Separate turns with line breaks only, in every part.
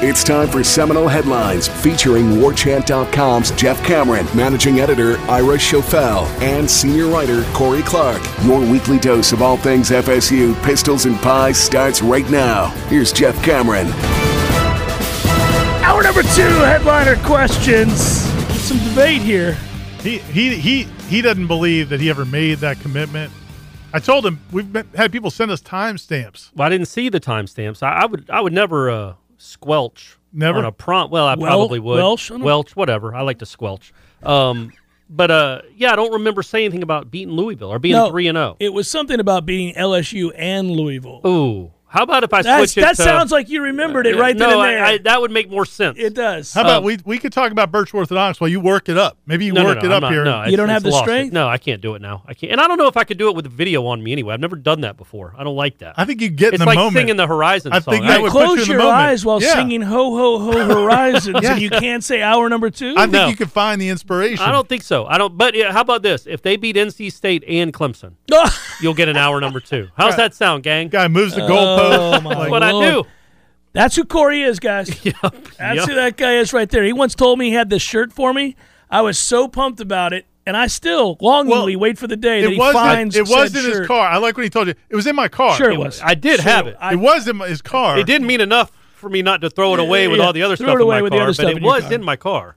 It's time for Seminole Headlines featuring WarChant.com's Jeff Cameron, managing editor Ira Schofel, and senior writer Corey Clark. Your weekly dose of all things FSU, pistols, and pies starts right now. Here's Jeff Cameron.
Hour number two, headliner questions. There's some debate here.
He he he he doesn't believe that he ever made that commitment. I told him we've been, had people send us timestamps.
Well, I didn't see the timestamps. I, I would I would never uh, squelch
Never?
on a prompt. Well, I
Wel-
probably would
Welsh on a-
Welch, whatever. I like to squelch. Um, but uh, yeah, I don't remember saying anything about beating Louisville or being
No,
three and oh. zero.
It was something about being LSU and Louisville.
Ooh, how about if I
That's,
switch it?
that
to-
sounds like you remembered it right
uh, no,
then and
I-
there.
I- that would make more sense.
it does.
How about
Um,
we we could talk about Birch Orthodox while you work it up? Maybe you
no, no,
worked
no,
it
I'm
up
not-
here.
No, I
You don't
just
have the
lost it.
strength?
No, I can't do it now. I can't, and I don't know if I could do it with video on me anyway. I've never done that before. I don't like that.
I think you get in
it's
the
like
moment.
singing the Horizon
I
song.
think
I-
that would put you
Close
in the
your
moment.
eyes while
Yeah.
singing "Ho Ho Ho Horizons," and you can't say hour number two.
I think
No.
you could find the inspiration.
I don't think so. I don't. But yeah, how about this? If they beat NC State and Clemson, you'll get an hour number two. How's that sound, gang?
Guy moves
Oh
the goalpost.
Oh, my
Like,
what I do?
Lord. That's who Corey is, guys. That's
Yep.
who that guy is right there. He once told me he had this shirt for me. I was so pumped about it, and I still longingly
Well,
wait for the day that
it
he
was
finds
it was
said
in his
shirt.
car. I like when he told you it was in my car.
Sure, it
it,
was.
I did
Sure,
have it.
I-
was in my- his car.
It didn't mean enough for me not to throw it away with
yeah,
all the other
throw
stuff
it away
in my
with the
car,
other stuff
but it
in your
was
car.
in my car.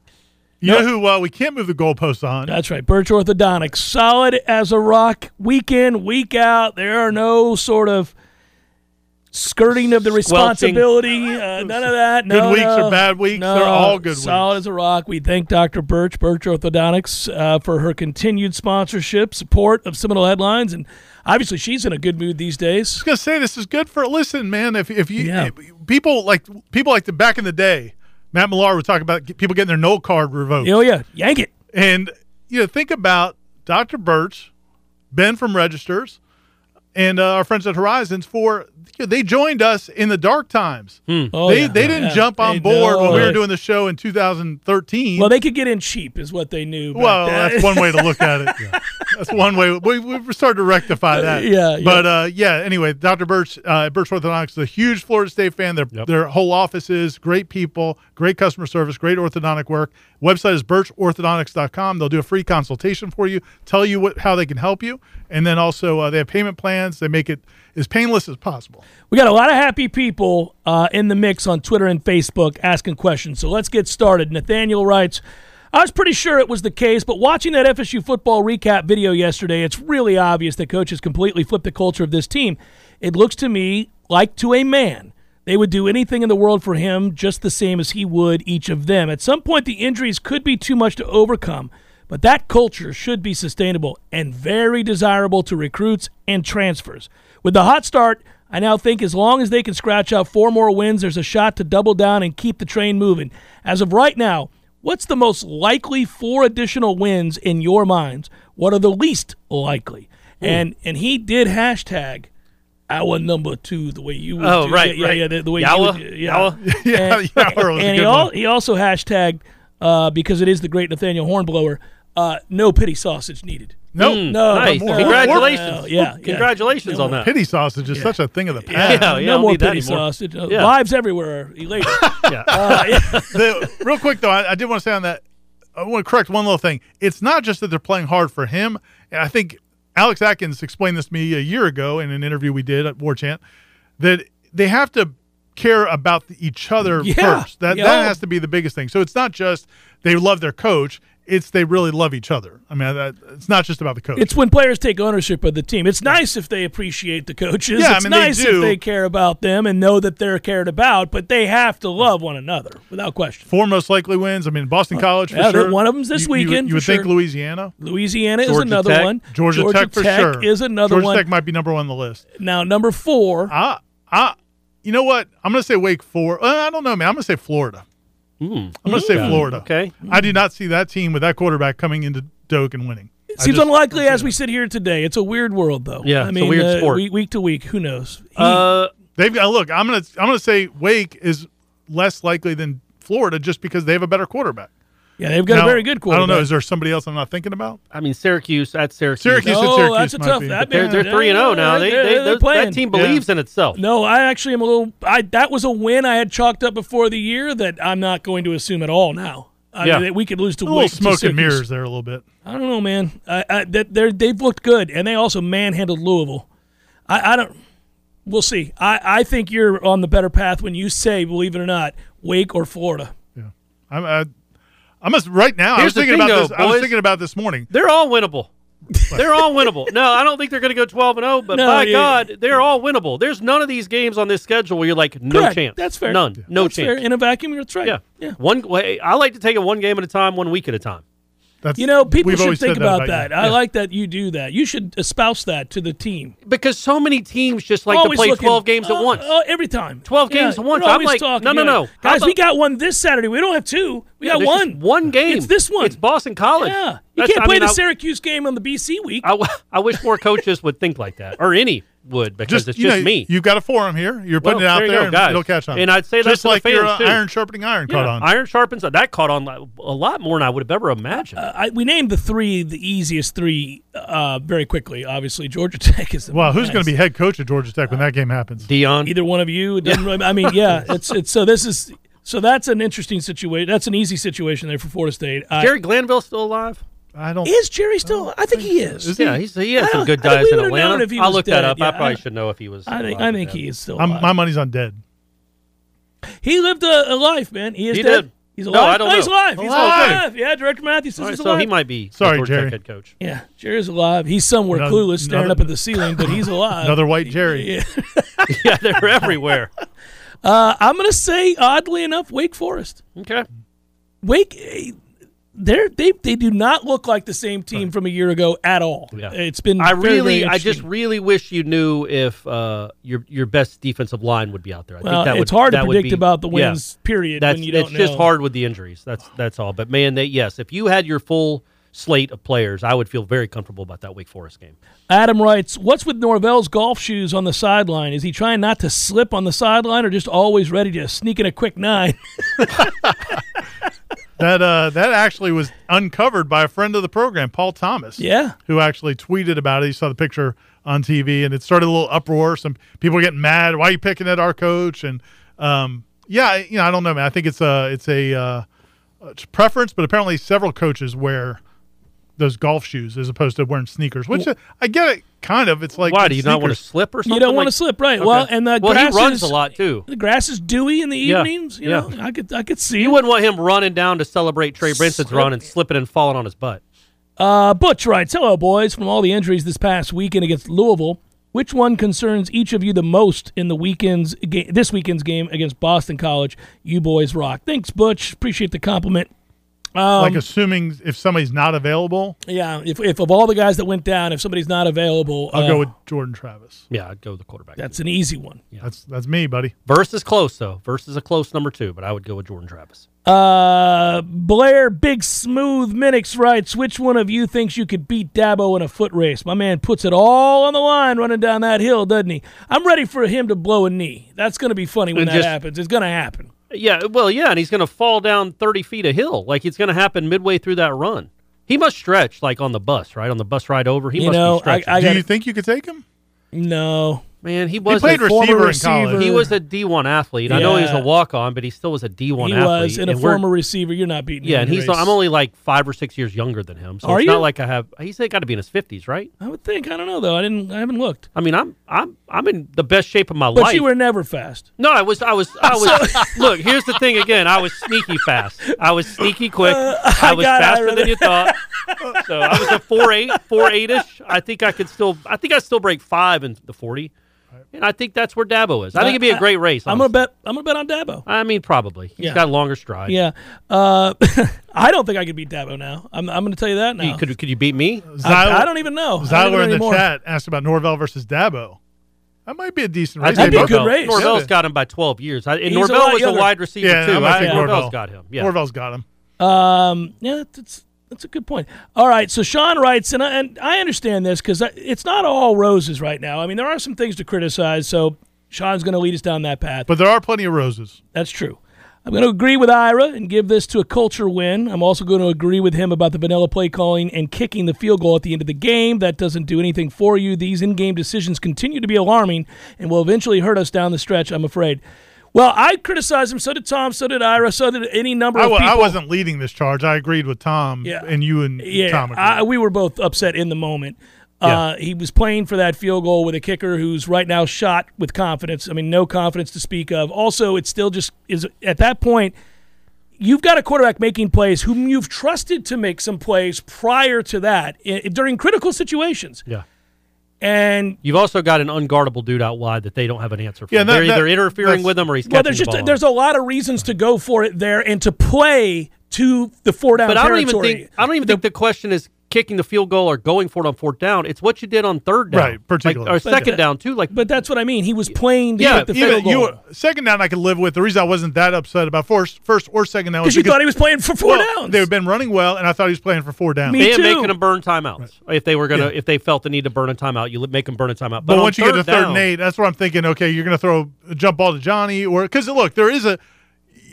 You know who uh, we can't move the goalposts on?
Uh,
That's right. Birch Orthodontics, solid as a rock, week in, week out. There are no sort of skirting of the
Squelching.
responsibility. Uh, none of that.
Good
No,
weeks or
no.
bad weeks,
No,
they're all good
Solid as a rock. We thank Dr. Birch, Birch Orthodontics, uh, for her continued sponsorship, support of Seminole Headlines, and obviously she's in a good mood these days.
just gonna say this is good for listen, man. If if you
Yeah.
if- people like people like the back in the day, Matt Millar would talk about get- people getting their no card revoked,
Oh yeah, yank it.
and you know think about Dr. Birch, Ben from Registers, and uh, our friends at Horizons for you know, they joined us in the dark times.
Oh,
they
yeah.
they didn't
Yeah.
jump on
They-
board when
no.
we were doing the show in 2013.
Well, they could get in cheap, is what they knew. back
Well,
then.
that's one way to look at it. That's one way. We, we've started to rectify that.
yeah, yeah.
But uh, yeah, anyway, Dr. Birch, uh, Birch Orthodontics is a huge Florida State fan. Their, their whole office is great people, great customer service, great orthodontic work. Website is birchorthodontics.com. They'll do a free consultation for you, tell you what how they can help you. And then also, uh, they have payment plans. They make it as painless as possible.
We got a lot of happy people uh, in the mix on Twitter and Facebook asking questions. So let's get started. Nathaniel writes, I was pretty sure it was the case, but watching that FSU football recap video yesterday, it's really obvious that coach has completely flipped the culture of this team. It looks to me like to a man. They would do anything in the world for him just the same as he would each of them. At some point, the injuries could be too much to overcome, but that culture should be sustainable and very desirable to recruits and transfers. With the hot start, I now think as long as they can scratch out four more wins, there's a shot to double down and keep the train moving. As of right now, what's the most likely four additional wins in your minds? What are the least likely? And and he did hashtag our number two the way you would
Oh,
do-
right,
yeah,
right.
yeah, the, the way
Yawa,
you would, yeah
yawa.
Yeah,
and,
yeah, or it was a
and he,
good
al-
one.
he also hashtagged uh, because it is the great Nathaniel Hornblower. Uh, no pity sausage needed.
No,
No,
Hmm. nice.
no more.
Congratulations.
No, yeah, yeah.
Congratulations on that.
Pity sausage is such a thing of the past.
Yeah, yeah,
no
don't
more
need that
pity
anymore.
sausage. Uh,
Yeah.
Lives everywhere are elated.
Yeah.
Uh, yeah.
the, real quick though, I, I did want to say on that. I want to correct one little thing. It's not just that they're playing hard for him. And I think Alex Atkins explained this to me a year ago in an interview we did at War Chant that they have to care about the- each other
Yeah,
first. That
yeah.
that has to be the biggest thing. So it's not just they love their coach; it's they really love each other. I mean, that, it's not just about the coach.
It's when players take ownership of the team. It's nice if they appreciate the coaches.
Yeah, I
it's
mean, they
nice
do.
if they care about them and know that they're cared about, but they have to love one another without question.
four most likely wins. I mean, Boston College for
Uh, yeah, they're-
sure.
one of them's this
You-
weekend,
You, you would
for
think
sure.
Louisiana,
Louisiana is
Georgia
another
Tech.
one.
Georgia, Tech for sure
is another
Georgia
one.
Tech might be number one on the list.
now, number four.
I, I, you know what? I'm going to say Wake Forest. Uh, I don't know, man. I'm going to say Florida. I'm going to say Florida.
Okay.
I do not see that team with that quarterback coming into Doak and winning.
It seems unlikely as we sit here today. It's a weird world, though.
Yeah,
I
it's a
mean,
weird
uh,
sport.
we- Week, to week, who knows? He-
Uh,
They've got look. I'm going to I'm going to say Wake is less likely than Florida just because they have a better quarterback.
yeah, they've got
Now,
a very good
I
quarterback.
don't know. Is there somebody else I'm not thinking about?
I mean, Syracuse at Syracuse.
Syracuse at
No,
Syracuse
Oh, that's a
might
tough-
be.
that'd be-
They're, they're
Yeah,
three and zero now. They,
they're-
they,
they're
those-
playing.
that team
Yeah.
believes in itself.
No, I actually am a little. I that was a win I had chalked up before the year that I'm not going to assume at all now. I
Yeah.
mean, that we could lose
a
to
little
Wake, to
smoke and
Syracuse.
mirrors there a little bit.
I don't know, man. I, I, that they're, they've looked good, and they also manhandled Louisville. I, I don't. We'll see. I, I think you're on the better path when you say, believe it or not, Wake or Florida.
I'm I, I must right now. I was
Here's the
thinking
thing,
about this.
though,
I was
boys.
thinking about this morning.
They're all winnable. they're all winnable. No, I don't think they're going to go 12 and 0, but
No,
by
Oh, yeah.
God, they're all winnable. There's none of these games on this schedule where you're like, no
Correct.
chance.
That's fair.
None. No
That's
chance.
fair. In a vacuum, that's right.
yeah.
Yeah.
One way I like to take it one game at a time, one week at a time.
That's
You know, people
we've
should
always
think
said
about,
you.
that. I like that you do that. You should espouse that to the team.
Because so many teams just like
Always
to play
looking-
12 games at
Oh,
once.
oh, every time.
12 games at once.
we're
I'm like,
always
no, no,
yeah.
no. How
Guys, we
about-
got one this Saturday. We don't have two. We got
There's just
one.
One game.
It's this one.
It's Boston College.
Yeah. You
That's-
can't
I
play
mean,
the
I-
Syracuse game on the BC week.
I, w- I wish more coaches would think like that, or any would, because
Just,
it's
you
just
know,
me.
You've got a forum here. You're putting
Well,
it out
there
there,
you go,
and
guys.
it'll catch on.
And I'd say that
just
to the
like your
fans,
uh,
too.
iron sharpening iron caught
Yeah,
on.
Iron sharpens iron. that caught on like, a lot more than I would have ever imagined.
Uh, I, we named the three the easiest three uh, very quickly. Obviously, Georgia Tech is. The
well, who's going to be head coach at Georgia Tech when that game happens?
Dion,
either one of you? It doesn't really, I mean, yeah. It's it's so this is so that's an interesting situation. That's an easy situation there for Florida State. I,
Jerry Glanville still alive?
I don't.
is Jerry still? I think he is.
Yeah, he's, he had
I
some
don't-
good guys
I think we
in
would've known
Atlanta.
if he
I'll
was
look that
dead.
up.
Yeah,
I probably
I-
should know if he was.
I think
alive
I
or
think
dead.
he is still.
I'm,
alive.
my money's on dead.
he lived a, a life, man. He is
He
dead.
did.
He's
No,
alive.
I don't
He's
know.
alive. He's
Alive.
alive. Yeah, Director Matthews says
All right,
he's
so
alive.
he might be. the
Oh, Sorry,
Georgia Tech
Jerry.
head coach.
yeah, Jerry's alive. He's somewhere
Another-
clueless, staring
another-
up at the ceiling, but he's alive.
Another white Jerry.
Yeah.
yeah, they're everywhere.
Uh, I'm going to say, oddly enough, Wake Forest.
Okay.
Wake, eh, they're, they they do not look like the same team from a year ago at all.
Yeah.
It's been.
I
very, very
really, I just
interesting.
really wish you knew if uh, your your best defensive line would be out there. I
Well,
think that
it's
would,
hard
that
to
would
predict
be-
about the
yeah.
wins. Period.
That's
when you
it's
don't
just
know.
hard with the injuries. That's that's all. But man, they yes, if you had your full slate of players, I would feel very comfortable about that Wake Forest game.
Adam writes, "What's with Norvell's golf shoes on the sideline? Is he trying not to slip on the sideline, or just always ready to sneak in a quick nine?
That uh, that actually was uncovered by a friend of the program, Paul Thomas.
yeah,
who actually tweeted about it. He saw the picture on TV, and it started a little uproar. Some people were getting mad. Why are you picking at our coach? And um, yeah, I- you know, I don't know, man. I think it's a it's a uh, it's preference, but apparently several coaches wear those golf shoes as opposed to wearing sneakers. Which uh, I get it, kind of. It's like
Why do you not want to
sneakers-
slip or something?
you don't want to
Like-
slip, right?
Okay.
Well, and the
well,
grass
he runs
is,
a lot too.
The grass is dewy in the
Yeah.
evenings. You
Yeah.
know, I could I could see.
You wouldn't want him running down to celebrate Trey Brinson's run and slipping and falling on his butt.
Uh, Butch writes, "Hello, boys. From all the injuries this past weekend against Louisville, which one concerns each of you the most in the weekend's ga- this weekend's game against Boston College? You boys rock. Thanks, Butch. Appreciate the compliment.
like assuming if somebody's not available,
Yeah, if, if of all the guys that went down, if somebody's not available,
I'll
uh,
go with Jordan Travis.
Yeah, I'd go with the quarterback.
that's an easy one.
That's that's me, buddy.
Verse is close though. Verse is a close number two, but I would go with Jordan Travis.
Uh, Blair Big Smooth Minix writes, which one of you thinks you could beat Dabo in a foot race? My man puts it all on the line running down that hill, doesn't he? I'm ready for him to blow a knee. That's going to be funny when
And
that
just-
happens. It's going to happen.
Yeah, well, yeah, and he's going to fall down thirty feet a hill. Like it's going to happen midway through that run. He must stretch like on the bus, right? On the bus ride over, he
You
must
know,
be stretching.
I
Do
gotta-
you think you could take him?
No,
Man, he was
played
a
receiver
former
in
receiver.
college.
He was a D1 athlete. I know he was
Yeah.
a walk on, but he still was a D1
he
athlete.
was and a
we're-
former receiver. You're not beating.
Yeah,
him
and
in
he's
the race.
I'm only like five or six years younger than him, so
Are
it's
you?
not like I have. He's got to be in his fifties, right?
I would think. I don't know though. I didn't. I haven't looked.
I mean, I'm I'm I'm in the best shape of my
But
life.
you were never fast.
no, I was I was I was. look, here's the thing again. I was sneaky fast. I was sneaky quick. I was
got it, I
faster
read
than
it.
you thought. So I was a four eight, four eight ish. I think I could still. I think I still break five in the forty, and I think that's where Dabo is. I think it'd be a great race.
I'm gonna
honestly.
bet. I'm gonna bet on Dabo.
I mean, probably. He's
Yeah.
got longer stride.
Yeah. Uh, I don't think I could beat Dabo now. I'm. I'm gonna tell you that now.
You- Could could you beat me?
I, I don't even know. I don't even know
Zyler in the
anymore.
chat asked about Norvell versus Dabo. That might be a decent race.
I
That'd
think
be a
They
Norvell,
both-
good race.
Norvell's
Yeah.
got him by 12 years. I, and
He's a lot
Norvell was a
younger.
wide receiver
Yeah,
too.
I'm gonna
I,
think
Norvell's
Norvell.
got him. Yeah.
Norvell's got him.
Um, yeah, that's that's a good point. All right, so Sean writes, and I, and I understand this because it's not all roses right now. I mean, there are some things to criticize, so Sean's going to lead us down that path.
But there are plenty of roses.
That's true. I'm going to agree with Ira and give this to a culture win. I'm also going to agree with him about the vanilla play calling and kicking the field goal at the end of the game. That doesn't do anything for you. These in game decisions continue to be alarming and will eventually hurt us down the stretch, I'm afraid. Well, I criticized him. So did Tom. So did Ira. So did any number
I,
of
wa-
people.
I wasn't leading this charge. I agreed with Tom.
Yeah.
And you and
Yeah,
Tom agreed.
I, we were both upset in the moment. Uh, he was playing for that field goal with a kicker who's right now shot with confidence. I mean, no confidence to speak of. Also, it's still just is at that point. You've got a quarterback making plays whom you've trusted to make some plays prior to that i during critical situations.
Yeah.
And
You've also got an unguardable dude out wide that they don't have an answer for.
Yeah, that-
they're either
that-
interfering
that's-
with him or he's catching
well, there's
the
just
ball.
there's a lot of reasons to go for it there and to play to the four down
but I don't
territory.
even think I don't even think the question is kicking the field goal or going for it on fourth down. It's what you did on third down,
Right, particularly.
like, or
But-
second down too. Like,
but that's what I mean. He was playing to
Yeah,
get the
Even
field goal.
you second down I could live with. The reason I wasn't that upset about first first or second down was
because you thought he was playing for four
well,
downs.
They had been running well, and I thought he was playing for four downs.
Me
and
too.
making them burn timeouts if they were gonna if they felt the need to burn a timeout, you li- make them burn a timeout. But,
But
on
once you get to third
down,
and eight, that's where I'm thinking, okay, you're going to throw a jump ball to Johnny, or because look, there is a,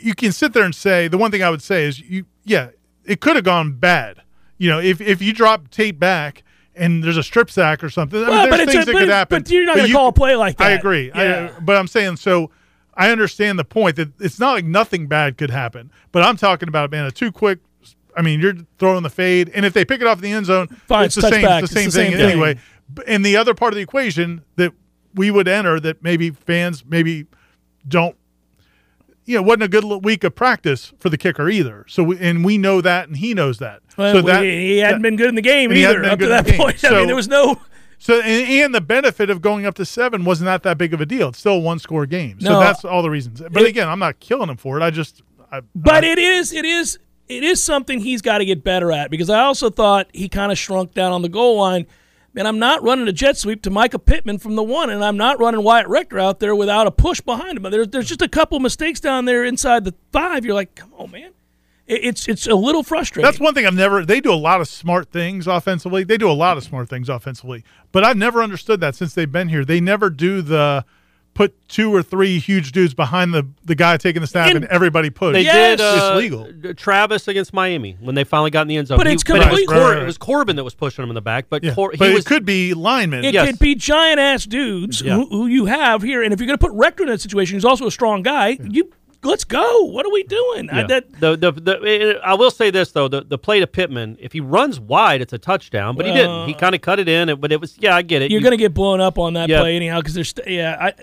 you can sit there and say the one thing I would say is you, yeah, it could have gone bad. You know, if if you drop tape back and there's a strip sack or something, I mean,
Well, but
there's
it's
things that
a-
could
but-
happen.
but you're not gonna
you-
call a play like
I
that.
agree. I-
Yeah.
but I'm saying so. I understand the point that it's not like nothing bad could happen, but I'm talking about man, a too quick. I mean, you're throwing the fade, and if they pick it off the end zone,
Fine,
it's the
it's
same.
touchback.
It's the same thing anyway. B- And the other part of the equation that we would enter that maybe fans maybe don't, you know, wasn't a good l- week of practice for the kicker either. So we, and we know that, and he knows that.
Well,
so that
he, he hadn't
that-
been good in the game
and he hadn't been
either up to
good in
that
the game.
point. I mean,
So-
there was no.
so and, and the benefit of going up to seven wasn't that that big of a deal. It's still a one score game. So
No.
that's all the reasons. But
It-
again, I'm not killing him for it. I just. I,
But
I-
it is, it is, it is something he's got to get better at because I also thought he kind of shrunk down on the goal line. Man, I'm not running a jet sweep to Micah Pittman from the one, and I'm not running Wyatt Rector out there without a push behind him. But There's there's just a couple mistakes down there inside the five. You're like, come on, man. It, it's it's a little frustrating.
That's one thing I've never. They do a lot of smart things offensively. They do a lot of smart things offensively, but I've never understood that since they've been here. They never do the put two or three huge dudes behind the the guy taking the snap
And-
and everybody push.
They
Yes!
did. Uh,
it's legal.
Travis against Miami when they finally got in the end zone.
But it's
it was,
complete-
Cor-
Right, right,
it was Corbin that was pushing him in the back. But
Yeah.
Cor- he
but
was
it could be linemen.
It
Yes.
could be giant ass dudes
Yeah.
who, who you have here, and if you're going to put Rector in that situation, who's also a strong guy, you let's go. What are we doing? I,
Yeah.
that
the, the, the, I will say this though the, the play to Pittman if he runs wide it's a touchdown but he didn't he kind of cut it in but it was yeah I get it
you're
You-
going to get blown up on that
Yeah.
play anyhow because there's st- yeah, I,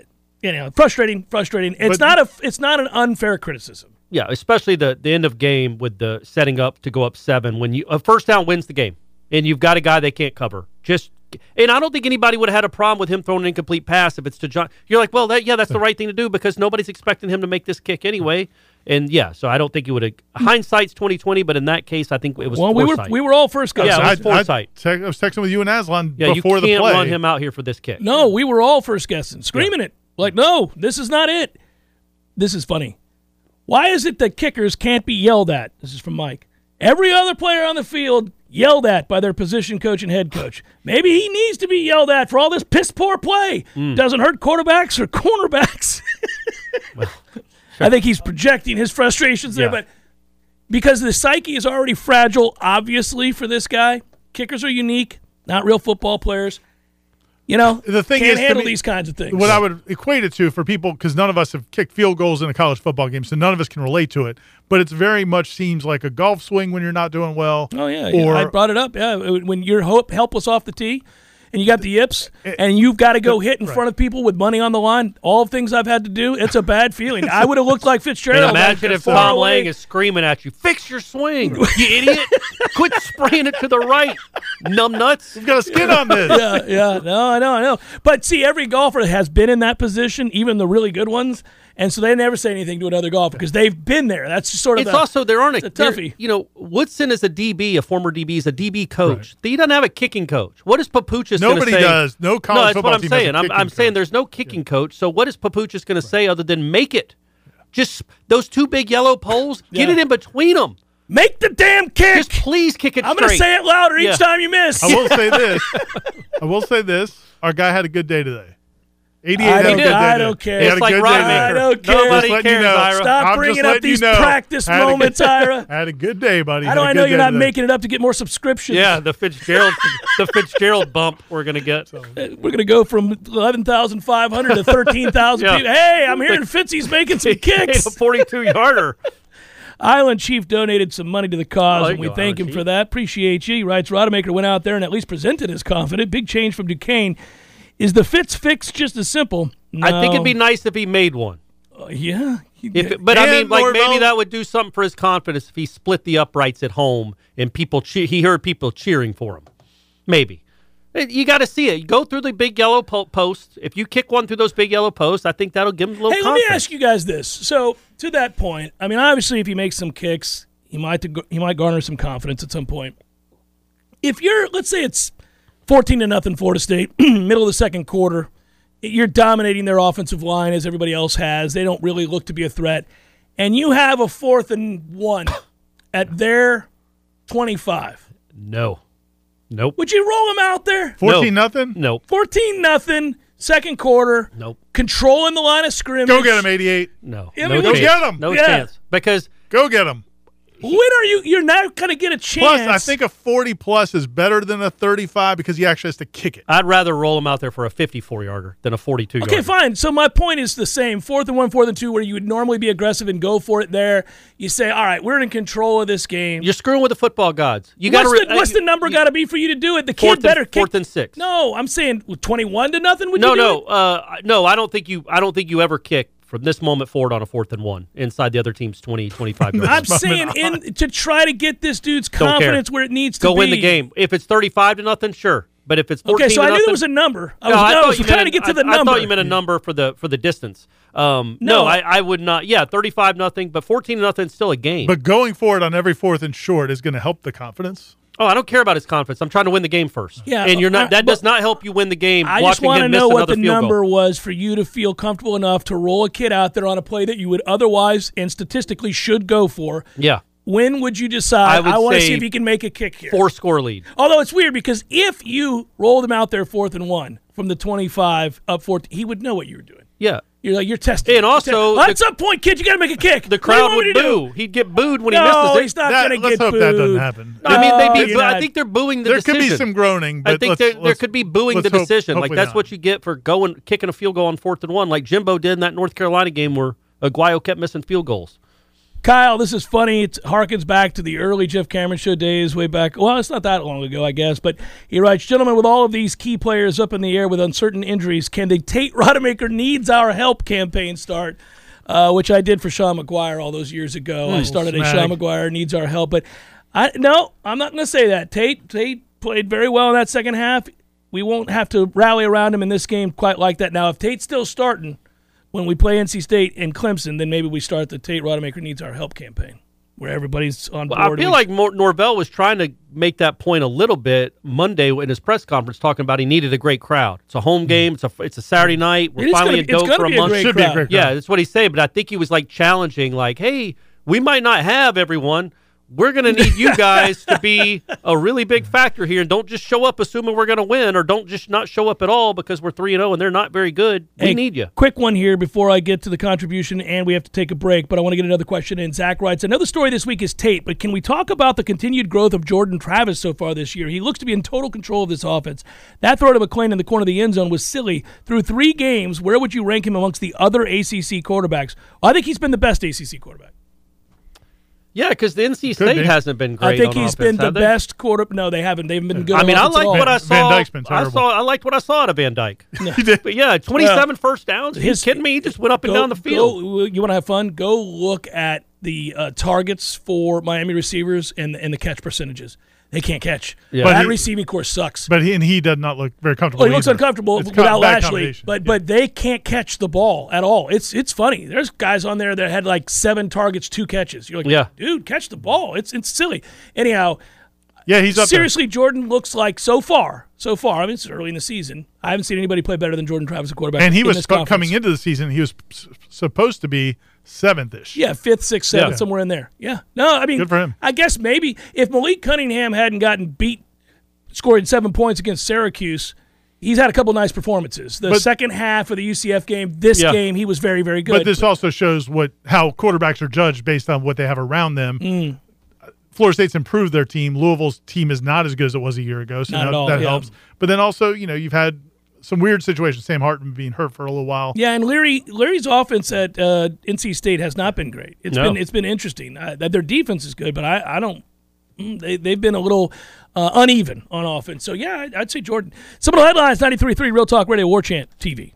anyhow, frustrating, frustrating. It's
But-
not a it's not an unfair criticism.
yeah especially the the end of game with the setting up to go up seven when you a first down wins the game and you've got a guy they can't cover just and I don't think anybody would have had a problem with him throwing an incomplete pass if it's to John you're like well that yeah that's the right thing to do because nobody's expecting him to make this kick anyway and yeah so I don't think you would have hindsight's 2020 but in that case I think it was
Well, we were
foresight.
we were all first guys.
Yeah, it
I,
was foresight.
I, te- I was texting with you and Aslan
yeah you
before
can't
the play.
run him out here for this kick
No, we were all first guessing, screaming it like, "No, this is not it." This is funny. Why is it that kickers can't be yelled at? This is from Mike. Every other player on the field yelled at by their position coach and head coach. Maybe he needs to be yelled at for all this piss poor play.
Mm.
Doesn't hurt quarterbacks or cornerbacks. I think he's projecting his frustrations there,
Yeah.
but because the psyche is already fragile, obviously, for this guy. Kickers are unique, not real football players. You know,
The thing
can't
is, to
handle
me-
these kinds of things.
What I would equate it to for people, because none of us have kicked field goals in a college football game, so none of us can relate to it. But it's very much seems like a golf swing when you're not doing well.
Oh yeah, yeah,
or
I brought it up. Yeah, when you're hope, helpless off the tee, and you got the yips, and you've got to go hit in front of people with money on the line. All things I've had to do. It's a bad feeling. I would have looked like
And
Fitzgerald.
imagine if
Far
Tom
away.
Lang is screaming at you, "Fix your swing, you idiot! Quit spraying it to the right, numb nuts."
got a skin on this.
yeah, yeah. No, I know, I know. But see, every golfer has been in that position, even the really good ones, and so they never say anything to another golfer because they've been there. That's just sort of
It's
the-
also there aren't a,
it's a toughie.
there- You know, Woodson is a DB, a former DB, is a DB coach. He doesn't have a kicking coach. What is Papuchas? gonna
Nobody
say-
does. No
Oh,
college
no, that's
football
what I'm
team has a
saying. I'm,
kicking
I'm saying
coach.
there's no kicking coach. So what is Papuchas going to say other than make it? Just those two big yellow poles. Get
Yeah.
it in between them.
make the damn kick.
Just please kick it.
I'm going to
straight.
say it louder
Yeah.
each time you miss.
I will say this. I will say this. Our guy had a good day today. 88
I
had a
don't-
good day
I
today.
don't care.
He had
It's
a
like
good day
Rodney.
today.
I don't care.
Just
Nobody
letting you
cares,
know.
Ira.
Stop
I'm just
bringing up
letting you
these
know.
practice
I had a good-
moments, Ira.
I had a good day, buddy.
How do
Had a
I know
good
you're
day
not
today.
making it up to get more subscriptions?
Yeah, the Fitzgerald, the Fitzgerald bump we're gonna get.
Uh, We're going to go from 11,500 to 13,000
Yeah.
people. Hey, I'm hearing Fitzy's making some
It's
kicks.
a 42 yarder.
Island Chief donated some money to the
Oh,
cause,
there
and we
you go,
thank him
Island
for
Chief.
that. Appreciate you. He writes, Rodemaker went out there and at least presented his confident. Big change from Duquesne. Is the Fitz fix just as simple?
I think
No.
it'd be nice if he made one.
Uh, yeah. He
If
did.
it, but I
And
mean, like maybe
Norvell-
that would do something for his confidence if he split the uprights at home and people cheer, he heard people cheering for him. Maybe Eh, you got to see it. You go through the big yellow po- posts. If you kick one through those big yellow posts, I think that'll give him a little.
hey, let me
confidence.
ask you guys this. So, to that point, I mean, obviously, if he makes some kicks, he might he might garner some confidence at some point. If you're, let's say, it's fourteen to nothing, Florida State, middle of the second quarter, you're dominating their offensive line as everybody else has. They don't really look to be a threat, and you have a fourth and one at their twenty-five.
No, nope,
Would you roll them out there?
14 nothing?
nope,
Fourteen nothing, second quarter,
nope,
controlling the line of scrimmage.
Go get him, 88.
no.
Yeah, I
no
mean,
go
chance.
get 'em.
No
Yeah.
chance because
Go get him.
When are you? You're not going to get a chance.
Plus, I think a 40 plus is better than a 35 because he actually has to kick it.
I'd rather roll him out there for a 54 yarder than a 42 yarder.
Okay, fine. So my point is the same. Fourth and one, fourth and two, where you would normally be aggressive and go for it there. You say, all right, we're in control of this game.
You're screwing with the football gods. You got
what's,
to.
the, what's the number got to be for you to do it? The
Fourth
kid
and-
better kick.
fourth and six.
No, I'm saying 21 to nothing. Would
No,
you do
no,
it?
uh, no. I don't think you. I don't think you ever kick from this moment forward on a fourth and one inside the other team's 20, 25 yard line.
I'm saying in, to try to get this dude's
care.
confidence where it needs to
Go
be.
win the game. If it's thirty-five to nothing, sure. But if it's 14
Okay,
to
so I knew
nothing-
there was a number. I
No,
was, I
thought
was
you
trying to
meant a-
get to the
I-
number.
I thought you meant a number for the for the distance. Um, no,
No.
I, I would not. Yeah, thirty-five nothing, but fourteen to nothing is still a game.
But going for it on every fourth and short is going to help the confidence.
oh, I don't care about his confidence. I'm trying to win the game first.
Yeah,
and you're not.
I-
That
but-
does not help you win the game.
I
watching
just want to
him miss
know what
another
the
field goal.
number was for you to feel comfortable enough to roll a kid out there on a play that you would otherwise and statistically should go for.
Yeah,
When would you decide?
I would
I, want to
say
see if he can make a kick here.
four score lead.
Although it's weird because if you rolled him out there fourth and one from the twenty-five up fourth, he would know what you were doing.
Yeah,
You're like you're testing.
And
You're
also,
testing.
the-
at some point, kid, you got to make a kick.
the
What
crowd
do you
would
want me to
boo. He'd get booed when he
do?
misses.
No,
They-
he's not
That-
going to
let's
get
hope
booed.
that doesn't happen.
I mean,
No,
they'd be.
you're
boo- I
not.
think they're booing the
there
decision.
could be some groaning, but
I think
let's-
there, there
let's-
could be booing the
let's hope-
decision. like
hopefully
that's
not.
what you get for going kicking a field goal on fourth and one, like Jimbo did in that North Carolina game where Aguayo kept missing field goals.
Kyle, this is funny. It harkens back to the early Jeff Cameron show days, way back. Well, it's not that long ago, I guess. But he writes, gentlemen, with all of these key players up in the air with uncertain injuries, can the Tate Rodemaker needs our help campaign start? Uh, which I did for Sean McGuire all those years ago. I started a Sean McGuire needs our help, but I no, I'm not going to say that. Tate Tate played very well in that second half. We won't have to rally around him in this game quite like that. Now, if Tate's still starting, when we play NC State and Clemson, then maybe we start the Tate Rodemaker needs our help campaign, where everybody's on board.
I
and
feel
we-
like Mor- Norvell was trying to make that point a little bit Monday in his press conference, talking about he needed a great crowd. It's a home game. It's a it's a Saturday night. We're
Hmm. It is
finally
gonna- it's
in Doak
gonna
for a
be a
month.
great
Should be a crowd. great
Yeah, that's what he's saying. But I think he was like challenging, like, "Hey, we might not have everyone. we're going to need you guys to be a really big factor here and don't just show up assuming we're going to win or don't just not show up at all because we're 3 and 0 and they're not very good. We
Hey,
need you.
Quick one here before I get to the contribution, and we have to take a break, but I want to get another question in. Zach writes Another story this week is Tate, but can we talk about the continued growth of Jordan Travis so far this year? He looks to be in total control of this offense. That throw to McLean in the corner of the end zone was silly. Through three games, where would you rank him amongst the other ACC quarterbacks? I think he's been the best ACC quarterback.
Yeah, cuz the NC
be.
State hasn't been great
I think
on
he's
offense,
been the
have they?
best quarter. No, they haven't. They haven't been good.
I
on
mean, I
offense at
like
all.
what I
Van
saw.
Dyke's been
I
terrible.
saw. I liked what I saw out of Van Dyke. But yeah, 27 first downs. Are you
His-
kidding me? He just went up and
Go-
down the field.
go- you want to have fun? Go look at the uh, targets for Miami receivers and and the catch percentages. They can't catch.
But
that
he-
receiving course sucks.
But he and he does not look very comfortable.
Oh, he looks
either.
uncomfortable
It's co-
without
bad
Lashley,
combination.
but
Yeah.
but they can't catch the ball at all. It's it's funny. There's guys on there that had like seven targets, two catches. You're like,
Yeah.
dude, catch the ball. It's it's silly. Anyhow,
yeah, he's up there.
seriously, Jordan looks like so far, so far. I mean, it's early in the season. I haven't seen anybody play better than Jordan Travis, a quarterback.
And he
in
was
this
sp-
conference.
coming into the season. He was s- supposed to be seventh ish.
Yeah, fifth, sixth, seventh,
Yeah.
somewhere in there. Yeah. No, I mean,
Good for him.
I guess maybe if Malik Cunningham hadn't gotten beat, scoring seven points against Syracuse, he's had a couple nice performances. The
But-
second half of the UCF game, this
Yeah.
game, he was very, very good.
But this also shows what how quarterbacks are judged based on what they have around them.
Mm.
Florida State's improved their team. Louisville's team is not as good as it was a year ago, so
Not
now
at all,
that
yeah.
helps. But then also, you know, you've had some weird situations. Sam Hartman being hurt for a little while.
yeah, and Leary Leary's offense at uh, NC State has not been great. It's
No.
been it's been interesting. Uh, that their defense is good, but I, I don't. mm, They they've been a little uh, uneven on offense. So yeah, I'd, I'd say Jordan. Some of the headlines: 93.3 Real Talk Radio War Chant TV.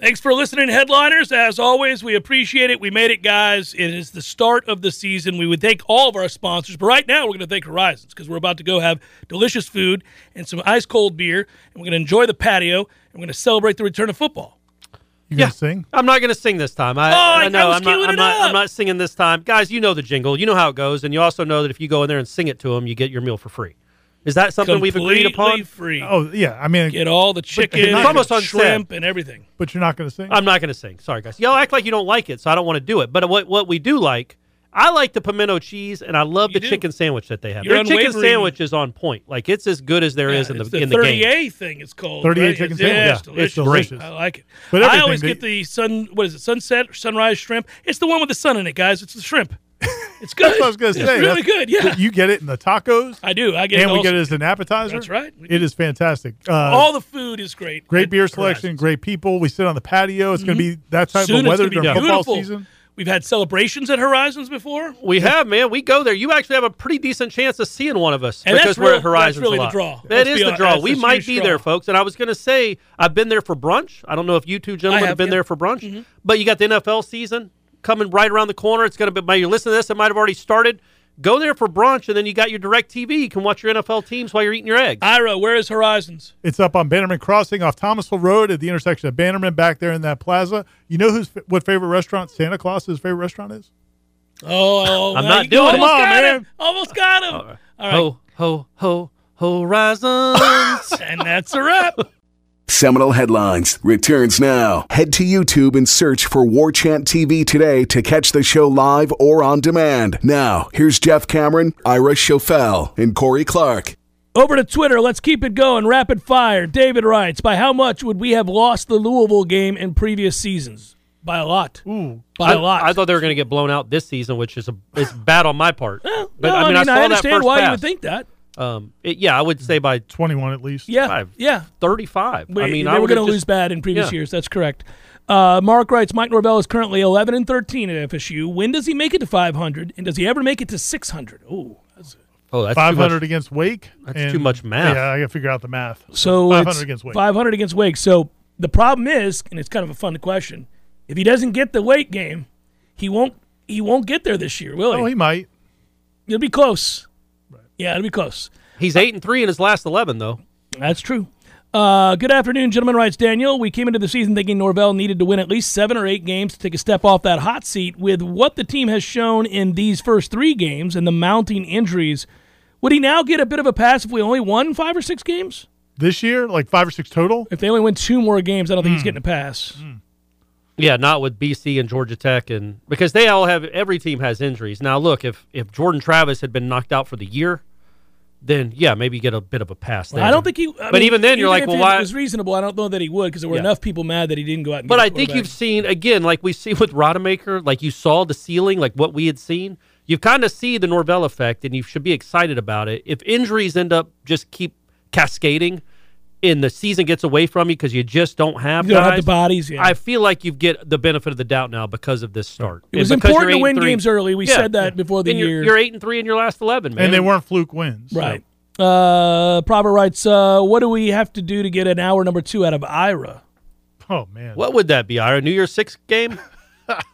Thanks for listening, headliners. As always, we appreciate it. We made it, guys. It is the start of the season. We would thank all of our sponsors, but right now we're going to thank Horizons because we're about to go have delicious food and some ice cold beer, and we're going to enjoy the patio and we're going to celebrate the return of football.
You
Yeah.
gonna sing?
I'm not going to sing this time. I,
Oh, I- I
I know
was
I'm not.
queuing
I'm
it
not,
up.
I'm not singing this time, guys. You know the jingle. You know how it goes, and you also know that if you go in there and sing it to them, you get your meal for free. Is that something we've agreed
Completely
upon?
free.
Oh yeah, I mean,
Get all the chicken,
it's
almost
and
unsaid.
shrimp, and everything.
but you're not gonna sing.
I'm not going to sing. Sorry, guys. Y'all act like you don't like it, so I don't want to do it. But what what we do like, I like the pimento cheese, and I love the
do.
chicken sandwich that they have.
You're
Their chicken
unwavering.
sandwich is on point. Like it's as good as there is in the,
It's
in the game.
38 thing it's called.
38
right?
chicken
It's- yeah,
sandwich.
it's
Yeah,
delicious.
it's delicious.
I like it.
But
I
everything
always
they-
get the sun. What is it? Sunset, or sunrise shrimp. It's the one with the sun in it, guys. It's the shrimp. It's good.
That's what I was gonna say.
It's really
That's-
good. Yeah,
you get it in the tacos,
I do. I get.
and
it
we
all-
get it as an appetizer.
That's right.
It is fantastic. Uh,
all the food is great.
great
at
beer selection,
Horizons.
great people. We sit on the patio. It's gonna be that type
Mm-hmm. Soon
of
it's
weather
gonna be
during football
beautiful.
season.
We've had celebrations at Horizons before,
We have, man. We go there. You actually have a pretty decent chance of seeing one of us
And that's
because we're
real-
at Horizons
that's really
a
the
lot.
draw.
That
Let's
is
be
the
hon-
draw.
that's
We
the
might
huge
be
draw.
there, folks. And I was going to say, I've been there for brunch. I don't know if you two gentlemen
I
have,
have,
been
yeah. Mm-hmm.
there for brunch, but you got the NFL season coming right around the corner. It's going to be. By you listen to this, it might have already started. Go there for brunch, and then you got your Direct TV. You can watch your NFL teams while you're eating your eggs.
Ira. Where is Horizons?
It's up on Bannerman Crossing off Thomasville Road at the intersection of Bannerman back there in that plaza. You know who's what favorite restaurant Santa Claus's favorite restaurant is?
Oh,
I'm
uh,
not
you
doing it.
almost
Come on,
got Him.
man.
Almost got him. All right,
Ho ho ho Horizons.
and that's a wrap.
Seminal Headlines returns now. Head to YouTube and search for War Chant TV today to catch the show live or on demand. Now, here's Jeff Cameron, Ira Schofel, and Corey Clark.
Over to Twitter. Let's keep it going. Rapid fire. David writes By how much would we have lost the Louisville game in previous seasons? By a lot. Ooh, by
I,
a lot.
I thought they were going to get blown out this season, which is a is bad on my part. But
No, I mean, I,
saw that
understand
first
why you
pass.
would think that.
Um, it- yeah, I would say by
Twenty one at least.
Yeah,
Five.
yeah.
35. I
We-
mean,
they
I
were
would
going to lose bad in previous
yeah.
years. That's correct. Uh, Mark writes Mike Norvell is currently 11 and 13 at FSU. When does he make it to 500? And does he ever make it to 600? Ooh. that's-
Oh, that's
Five
500.
hundred against Wake.
That's too much math.
Yeah, I gotta figure out the math.
So
five
it's
hundred against Wake.
500 against Wake. So the problem is, and it's kind of a fun question. If he doesn't get the Wake game, he won't. He won't get there this year, will
oh, he might.
It'll be close. Yeah, it'll be close.
He's 8 and 3 in his last 11 though.
That's true. Uh, good afternoon, gentlemen. Writes Daniel. We came into the season thinking Norvell needed to win at least seven or eight games to take a step off that hot seat. With what the team has shown in these first three games and the mounting injuries, would he now get a bit of a pass if we only won five or six games?
This year, like five or six total. Hmm.
If they only win two more games, I don't think he's getting a pass.
Yeah, not with BC and Georgia Tech, and because they all have every team has injuries. Now, look, if if Jordan Travis had been knocked out for the year, then yeah, maybe you get a bit of a pass. There.
I don't think he. I
but
mean,
even then, you're like,
if
well,
it
why?
was reasonable. I don't know that he would because there were
Yeah.
enough people mad that he didn't go out. And
But
get a
I think you've
quarterback.
seen again, like we see with Rodemaker, like you saw the ceiling, like what we had seen. You kind of see the Norvell effect, and you should be excited about it. If injuries end up just keep cascading, and the season gets away from you because you just don't have
You don't have
guys,
the bodies, yeah.
I feel like you get the benefit of the doubt now because of this start.
It was
And because
important
you're
to
8
win
and three.
games early. We said that before the
And you're-
year.
You're eight and three in your last eleven, man.
and they weren't fluke wins. so.
right. Uh, Prover writes, uh, "What do we have to do to get an hour number two out of Ira?"
Oh man,
What would that be? Ira? New Year's Six game?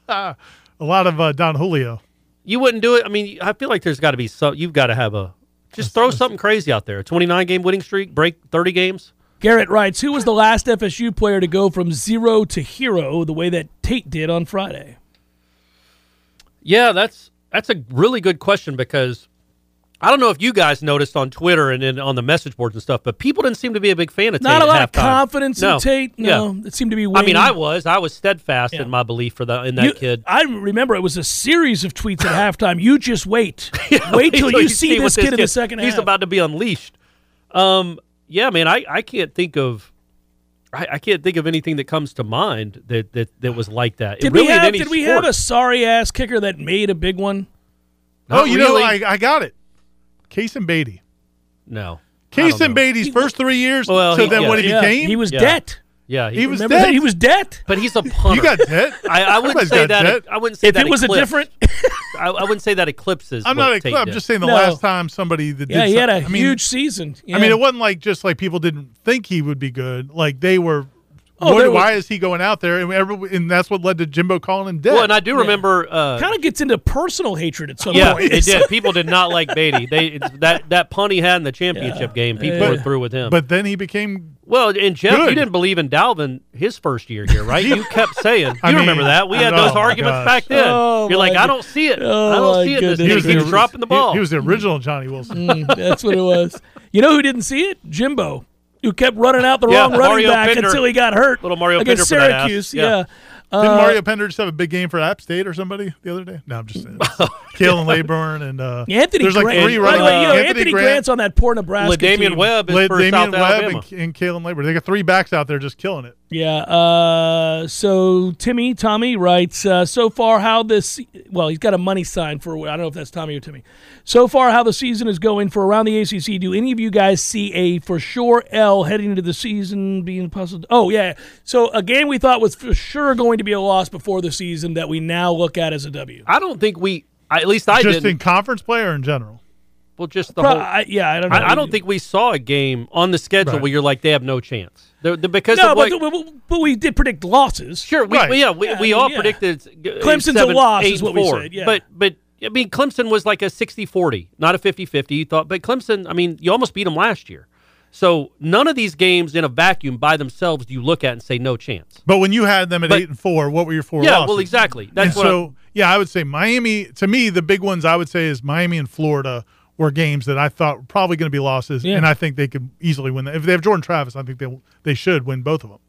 a lot of uh, Don Julio.
You wouldn't do it. I mean, I feel like there's got to be some. You've got to have a just throw something crazy out there. A 29 game winning streak, break 30 games.
Garrett writes, "Who was the last FSU player to go from zero to hero the way that Tate did on Friday?"
Yeah, that's that's a really good question because I don't know if you guys noticed on Twitter and then on the message boards and stuff, but people didn't seem to be a big fan of Tate.
Not a
at
lot of
halftime.
confidence
No.
in Tate. No,
Yeah.
it seemed to be.
I mean,
waning.
I was I was steadfast in my belief for the in that
You-
kid.
I remember it was a series of tweets at halftime. You just wait. wait till
Until
you, see,
what
this kid in the second
He's
half.
about to be unleashed. Um, yeah, man, I, I can't think of I, I can't think of anything that comes to mind that that, that was like that.
did
really
we
in
have
any
did we
sport.
have a sorry ass kicker that made a big one?
Not
oh, you
really.
know, I, I got it. Case and Beatty.
no. I don't
Case and
know.
Beatty's first three years.
Well,
so
he-
then
yeah,
when he
Yeah,
became,
he was
Yeah.
debt.
Yeah,
he was
Remember that?
dead.
He was debt.
but he's a punter.
you got debt.
I, I wouldn't
Everybody's
say
got
that.
debt.
I wouldn't say
If
that
it was a
eclipse-
different,
I, I wouldn't say that eclipses.
I'm
what
not. A,
Tate
I'm
did.
just saying the
No.
last time somebody that
yeah,
did
he had a
some- I mean,
huge season.
I mean,
Yeah.
it wasn't like just like people didn't think he would be good. Like they were.
Oh,
what-
there was-
why is he going out there? And, every, and that's what led to Jimbo calling him dead.
Well, and I do remember. Uh,
kind of gets into personal hatred at some
yeah,
point.
it did. People did not like Beatty. They it's, that that punt he had in the championship game. People
Yeah.
were through with him.
but then he became.
Well, and Jeff, you
Good.
didn't believe in Dalvin his first year here, right? you kept saying. You
I mean,
remember that we
I
had
know,
those
my
arguments
gosh.
back then.
Oh,
You're like,
my
I don't see it.
Oh,
I
my
don't see it. This
goodness.
he was,
He was-
dropping the ball.
He, he was the original Johnny Wilson.
Hmm, That's what it was. You know who didn't see it? Jimbo, who kept running out the
Yeah,
wrong running
Mario
back
Pinder.
until he got hurt.
Little Mario
against
Pinder for that ass.
Syracuse.
Yeah.
yeah. Uh,
Mm-hmm. Uh,
Didn't Mario Pender just have a big game for App State or somebody the other day? No, I'm just saying. Kalen Layburn and uh,
Anthony
There's like
Grant.
three
by
running
the way, you know,
backs.
Anthony, Grant's on that poor Nebraska
Damian
team.
Webb is
La-
for
Damian
South
Webb
Alabama.
and, and Kalen Layburn. They got three backs out there just killing it.
Yeah. Uh, so Timmy, Tommy writes uh, so far how this. Well, he's got a money sign for. I don't know if that's Tommy or Timmy. So far, how the season is going for around the ACC. Do any of you guys see a for sure L heading into the season being puzzled? Oh yeah. So a game we thought was for sure going to be a loss before the season that we now look at as a W.
I don't think we. I- At least I
just
didn't.
in conference play or in general?
well, just the
Pro-
whole. I,
I, yeah, I don't. Know.
I don't think we saw a game on the schedule
Right.
where you're like they have no chance. They're, they're- because
No,
of
but,
what,
th- but we did predict losses.
Sure, we,
Right.
we- yeah, we,
Yeah,
we
I mean,
all
yeah.
predicted uh,
Clemson's a loss is what we said, yeah.
But but I mean Clemson was like a 60-40, not a 50-50. You thought but Clemson, I mean, you almost beat them last year. So none of these games in a vacuum by themselves do you look at and say no chance.
But when you had them at
But-
eight and four, what were your four?
yeah,
losses?
well exactly. That's
And
what I'm-
so yeah, I would say Miami. To me, the big ones I would say is Miami and Florida were games that I thought were probably going to be losses,
Yeah.
and I think they could easily win. That. If they have Jordan Travis, I think they they should win both of them.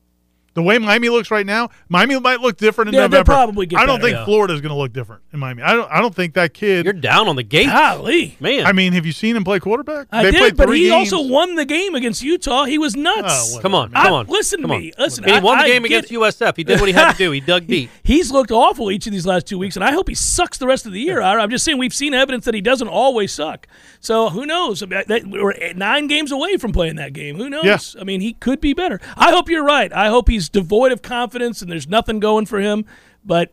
The way Miami looks right now, Miami might look different in
Yeah, they'll
November.
probably get
I don't
better,
think
yeah.
Florida's going to look different in Miami. I don't. I don't think that kid.
you're down on the gate.
Golly.
Man.
I mean, have you seen him play quarterback?
I
they
did,
played
but
three
he
games.
also won the game against Utah. He was
Oh,
nuts.
whatever.
come on,
I-
come on.
listen to
come
me,
On.
listen,
And he
I-
won the
I
game
get
against
it.
USF. He did what he had to do. He dug deep.
He's looked awful each of these last two weeks, and I hope he sucks the rest of the year. I, I'm just saying we've seen evidence that he doesn't always suck. So who knows? I mean, that- we're at nine games away from playing that game. Who knows?
Yeah.
I mean, he could be better. I hope you're right. I hope he's devoid of confidence and there's nothing going for him. But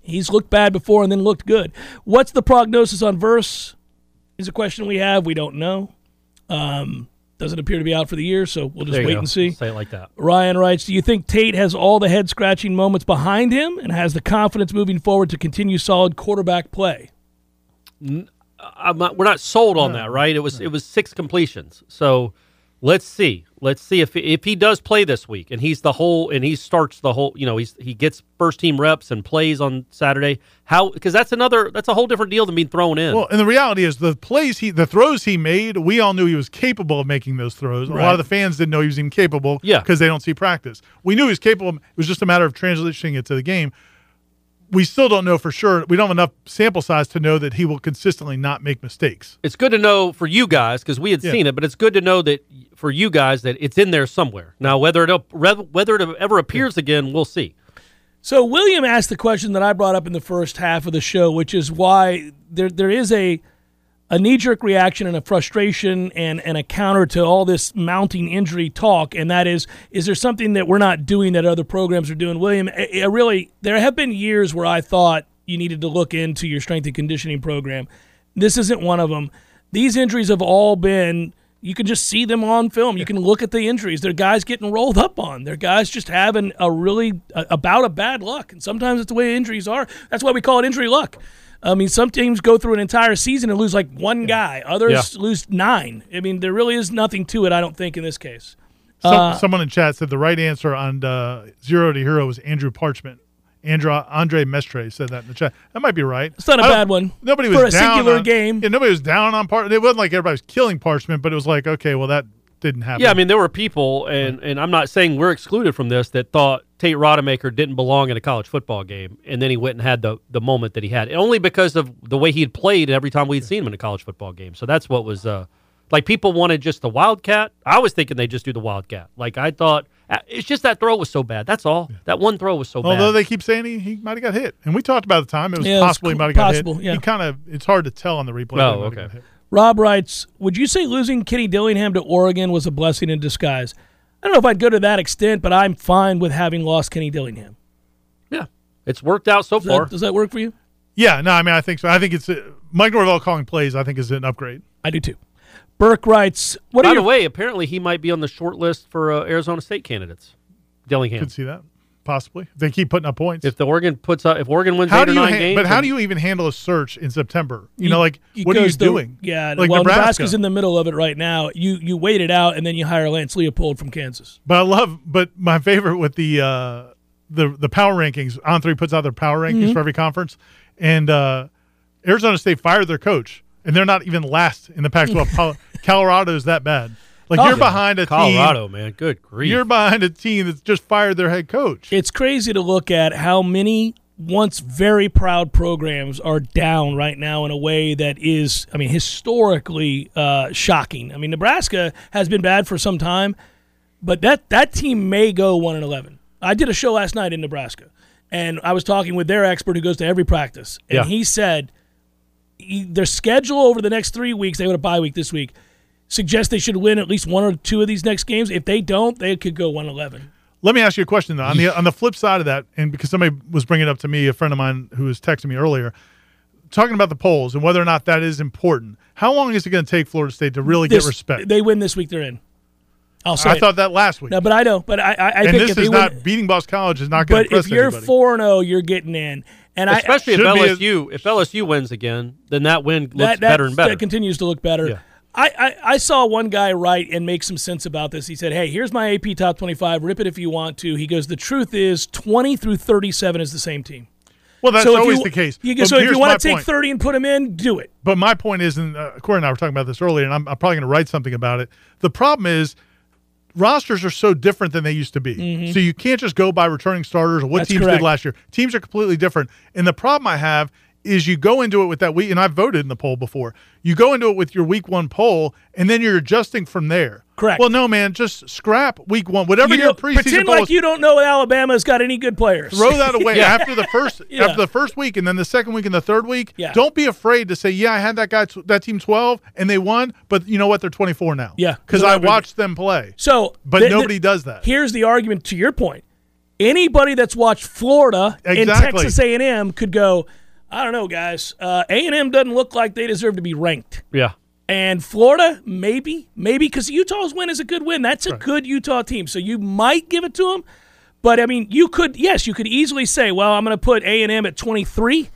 he's looked bad before and then looked good. What's the prognosis on Verse? Is a question we have. We don't know. Um, doesn't appear to be out for the year, so we'll just
There you
wait
go.
and see.
Say it like that.
Ryan writes, Do you think Tate has all the head scratching moments behind him and has the confidence moving forward to continue solid quarterback play?
I'm not, we're not sold on that, right? It was it was six completions. So Let's see. Let's see if if he does play this week and he's the whole and he starts the whole, you know, he's he gets first team reps and plays on Saturday. How cuz that's another that's a whole different deal than being thrown in.
Well, and the reality is the plays he, the throws he made, we all knew he was capable of making those throws. A lot of the fans didn't know he was even capable,
Yeah.
because they don't see practice. We knew he was capable. It was just a matter of translating it to the game. We still don't know for sure. We don't have enough sample size to know that he will consistently not make mistakes.
it's good to know for you guys cuz we had
Yeah.
seen it, but it's good to know that for you guys that it's in there somewhere. Now whether it whether it ever appears again, we'll see.
So William asked the question that I brought up in the first half of the show, which is why there there is a a knee jerk reaction and a frustration and, and a counter to all this mounting injury talk, and that is is there something that we're not doing that other programs are doing? William, I, I really there have been years where I thought you needed to look into your strength and conditioning program. This isn't one of them. These injuries have all been you can just see them on film. You can look at the injuries. They're guys getting rolled up on. They're guys just having a really a, about a bad luck. And sometimes it's the way injuries are. That's why we call it injury luck. I mean, some teams go through an entire season and lose like one guy. Others lose nine. I mean, there really is nothing to it. I don't think in this case.
Some,
Uh,
someone in chat said the right answer on uh, zero to hero was Andrew Parchment. Andrew Andre Mestre said that in the chat. That might be right.
It's not a
I don't-
bad one
Nobody
for
was
a
down
singular
on-
game.
Yeah, nobody was down on Parchment. It wasn't like everybody was killing Parchment, but it was like, okay, well that didn't happen.
Yeah, I mean, there were people, and, and I'm not saying we're excluded from this, that thought Tate Rodemaker didn't belong in a college football game, and then he went and had the, the moment that he had, and only because of the way he'd played every time we'd seen him in a college football game. So that's what was uh, like people wanted just the Wildcat. I was thinking they just do the Wildcat. Like I thought, uh, it's just that throw was so bad. That's all. That one throw was so
Although
bad.
they keep saying he, he might have got hit, and we talked about the time it was
Yeah, it was
possible he
co-
might have got
possible,
hit.
yeah.
He kind of it's hard to tell on the replay. when he might
Oh,
have
okay.
got hit.
Rob writes, "Would you say losing Kenny Dillingham to Oregon was a blessing in disguise?" I don't know if I'd go to that extent, but I'm fine with having lost Kenny Dillingham.
yeah, it's worked out so
Does that,
far.
does that work for you?
Yeah, no, I mean I think so. I think it's uh, Mike Norvell calling plays. I think is an upgrade.
I do too. Burke writes, "What
By
are
the
your
way, apparently he might be on the short list for uh, Arizona State candidates. Dillingham.
Could see that possibly. They keep putting up points.
If the Oregon puts up, if Oregon wins
how
eight
do
or
you?
nine
ha-
games,
but how
and-
do you even handle a search in September? You,
You-
know, like
it
what are you
goes the-
doing?
Yeah,
like
well,
Nebraska.
Nebraska's in the middle of it right now. You you wait it out and then you hire Lance Leopold from Kansas.
But I love, but my favorite with the uh, the the power rankings. On three puts out their power rankings
Mm-hmm.
for every conference, and uh, Arizona State fired their coach, and they're not even last in the Pac-12. Pol- Colorado's that bad. Like
Oh.
you're behind a
Colorado, man. Good
team.
grief.
You're behind a team that's just fired their head coach.
It's crazy to look at how many once very proud programs are down right now in a way that is, I mean, historically uh, shocking. I mean, Nebraska has been bad for some time, but that that team may go one and eleven. I did a show last night in Nebraska, and I was talking with their expert who goes to every practice, and
Yeah.
he said he, their schedule over the next three weeks. They go to bye week this week. Suggests they should win at least one or two of these next games. If they don't, they could go one eleven.
Let me ask you a question though. On the on the flip side of that, and because somebody was bringing it up to me, a friend of mine who was texting me earlier, talking about the polls and whether or not that is important. How long is it going to take Florida State to really
This-
get respect?
They win this week. They're in. I'll say
I
it.
thought that last week.
no, but I know. But I, I, I
and
think
this
if they
is not
win,
beating Boss College is not going to
but if
impress
you're
anybody.
four and zero, you're getting in. And I
Especially if
Should be a-
LSU, if LSU wins again, then that win looks
that, that,
better and better.
That continues to look better.
Yeah.
I, I, I saw one guy write and make some sense about this. He said, Hey, here's my AP top 25. Rip it if you want to. He goes, The truth is 20 through 37 is the same team.
well, that's
so if
always
you,
the case.
You,
But
so if
here's
you want
my
to take
point.
30 and put them in, do it.
But my point is, and uh, Corey and I were talking about this earlier, and I'm, I'm probably going to write something about it. The problem is rosters are so different than they used to be. So you can't just go by returning starters or what
Mm-hmm. That's
teams
correct.
did last year. Teams are completely different. And the problem I have is you go into it with that week, and I've voted in the poll before. You go into it with your week one poll, and then you're adjusting from there.
Correct.
Well, no, man, just scrap week one. Whatever
You
your
don't-
preseason
pretend
goal
like
is,
you don't know Alabama's got any good players.
throw that away after the first
Yeah.
after the first week and then the second week and the third week
Yeah.
don't be afraid to say yeah i had that guy tw- that team 12 and they won but you know what they're 24 now
Yeah,
because
so
i
that would-
watched them play
So,
But
th- th-
nobody does that.
Here's the argument to your point. Anybody that's watched Florida and
Exactly.
Texas A&M could go, I don't know, guys. Uh, A&M doesn't look like they deserve to be ranked.
yeah.
And Florida, maybe, maybe because Utah's win is a good win. That's a good Utah team, so you might give it to them. But I mean, you could, yes, you could easily say, well, I'm going to put A and M at 23,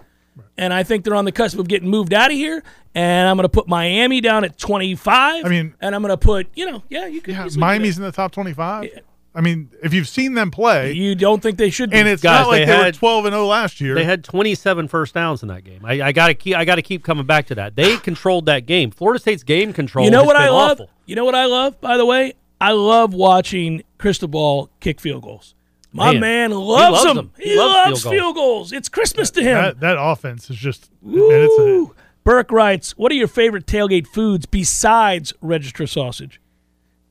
And I think they're on the cusp of getting moved out of here. And I'm going to put Miami down at 25.
I mean-
and I'm going to put, you know, yeah, you could.
Yeah,
easily do
Miami's in the top 25. I mean, if you've seen them play,
that. You don't think they should be.
and it's
Guys,
not like
they
they, were
had-
12 and 0 last year.
They had 27 first downs in that game. I, I gotta keep. I gotta keep coming back to that. They controlled that game. Florida State's game control.
You know
has
what
been
I love?
awful.
You know what I love, by the way? I love watching Cristobal kick field goals. My
Man,
man,
he
loves,
loves
them.
them.
He,
He loves
loves,
field
field, goals. It's Christmas to him.
that, that offense is just man, it's a,
Ooh. Burke writes, "What are your favorite tailgate foods besides register sausage,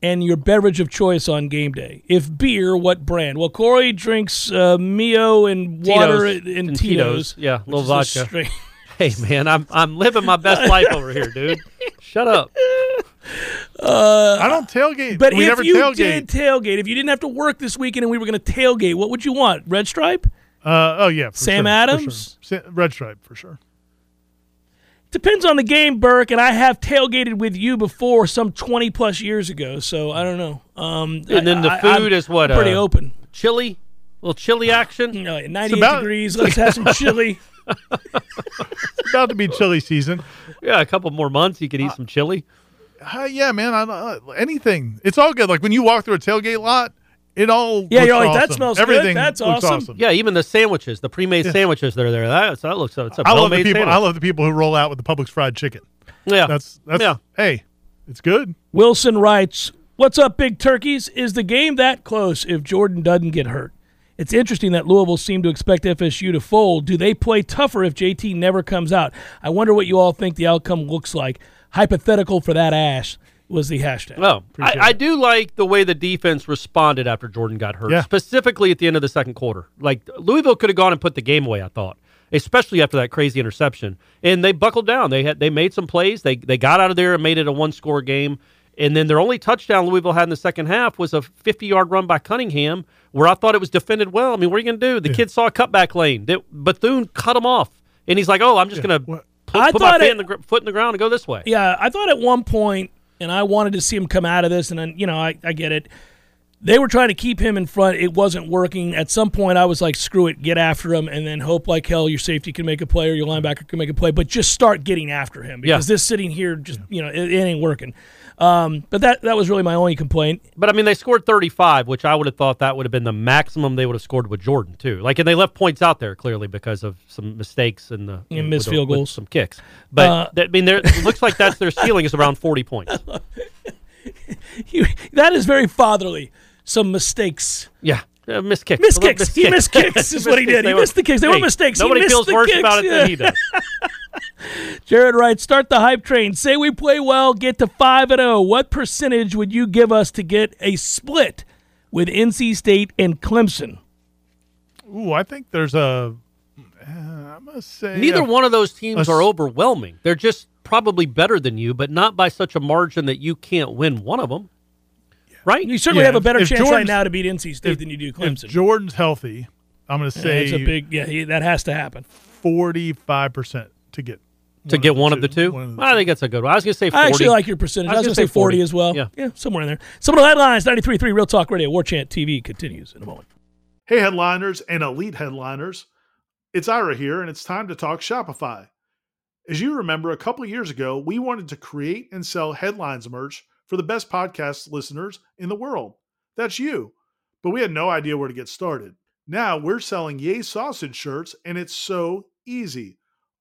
and your beverage of choice on game day? If beer, what brand? Well, Corey drinks uh, Mio and water
Tito's.
and, and
And
Tito's.
Tito's. Yeah,
which
little
is a
vodka.
strange-
Hey man, I'm I'm living my best life over here, dude. Shut up.
I don't tailgate.
But
we
if
never
you
tailgate.
did tailgate, if you didn't have to work this weekend and we were going to tailgate, what would you want? Red Stripe?
uh, oh yeah, for
Sam
sure, for
Adams?
sure. Sa- Red Stripe for sure.
Depends on the game, Burke. And I have tailgated with you before, some twenty plus years ago. So I don't know. Um,
And
I-
then the
I- I'm
food is what,
Pretty
uh,
open.
Chili, little chili action.
You know, at ninety-eight
about-
degrees. Let's have some chili.
It's about to be chili season.
Yeah, a couple more months, you could eat some chili.
Uh, yeah, man. I, don't- uh, anything. It's all good. Like when you walk through a tailgate lot, it all
Yeah,
looks
you're like, that
awesome.
smells good,
Everything
that's
looks
awesome.
Yeah, even the sandwiches, the pre-made sandwiches, they're there. That, so that looks. It's a
I love the
well-made
people.
sandwich.
I love the people who roll out with the Publix fried chicken.
Yeah,
That's that's
yeah.
hey, it's good.
Wilson writes, "What's up, Big Turkeys? Is the game that close? If Jordan doesn't get hurt, it's interesting that Louisville seemed to expect FSU to fold. Do they play tougher if JT never comes out? I wonder what you all think the outcome looks like. Hypothetical for that ass was the hashtag.
Well, I, I do like the way the defense responded after Jordan got hurt,
Yeah.
specifically at the end of the second quarter. Like Louisville could have gone and put the game away. I thought, especially after that crazy interception, and they buckled down. They had they made some plays. They they got out of there and made it a one score game. And then their only touchdown Louisville had in the second half was a 50 yard run by Cunningham, where I thought it was defended well. I mean, what are you going to do? The kid saw a cutback lane. That Bethune cut him off, and he's like, "Oh, I'm just going to."
I
Put, put my
thought
foot
it-
in the, gr- foot in the ground and go this way.
yeah, I thought at one point, and I wanted to see him come out of this, and then you know, I, I get it. They were trying to keep him in front. It wasn't working. At some point, I was like, "Screw it, get after him," and then hope like hell your safety can make a play or your linebacker can make a play, but just start getting after him because
Yeah.
this sitting here just you know it, it ain't working. Um, but that that was really my only complaint.
But I mean, they scored 35, which I would have thought that would have been the maximum they would have scored with Jordan too. Like, and they left points out there clearly because of some mistakes and the
And missed
with-
field
with
goals.
some kicks. But
Uh,
that, I mean, there it looks like that's their ceiling is around 40 points.
You- that is very fatherly. Some mistakes.
Yeah, uh, missed kicks.
Missed
A little
kicks. He missed kicks is what he did.
They
He
were-
missed the kicks. They were
Hey,
mistakes. He
Nobody
missed
feels
the
worse
kicks.
about it
Yeah.
than he does.
Jared writes, start the hype train. Say we play well, get to 5 and 0. What percentage would you give us to get a split with NC State and Clemson?
Ooh, I think there's a. Uh, I'm gonna say
Neither
a-
one of those teams
Let's-
are overwhelming. They're just probably better than you, but not by such a margin that you can't win one of them. Right?
You certainly
Yeah,
have a better
if- if
chance right
Jordan's-
now to beat NC State than you do
If
Clemson.
Jordan's healthy, I'm gonna
Yeah,
say
it's a big yeah, he- that has to happen.
45 percent to get
to get one of the two.
One of the
I think that's a good one. I was going to say 40.
I actually like your percentage. I was, going to say 40 as well.
Yeah.
somewhere in there. Some of the headlines 93.3 Real Talk Radio, War Chant TV continues in a moment.
Hey, headliners and elite headliners. It's Ira here, and it's time to talk Shopify. As you remember, a couple years ago, we wanted to create and sell headlines merch for the best podcast listeners in the world. That's you. But we had no idea where to get started. Now we're selling Yay Sausage shirts, and it's so easy,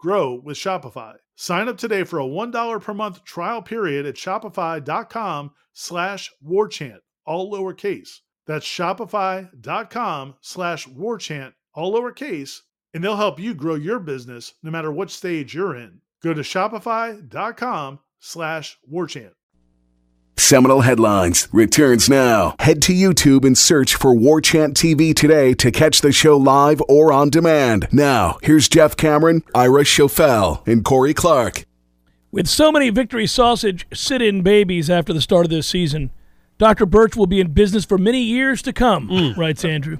Grow with Shopify. Sign up today for a $1 per month trial period at shopify.com slash warchant, all lowercase. That's shopify.com slash warchant, all lowercase, and they'll help you grow your business no matter what stage you're in. Go to shopify.com slash warchant.
Seminal Headlines returns now. Head to YouTube and search for War Chant TV today to catch the show live or on demand. Now, here's Jeff Cameron, Ira Schofel, and Corey Clark.
With so many victory sausage sit in babies after the start of this season, Dr. Birch will be in business for many years to come, writes Andrew.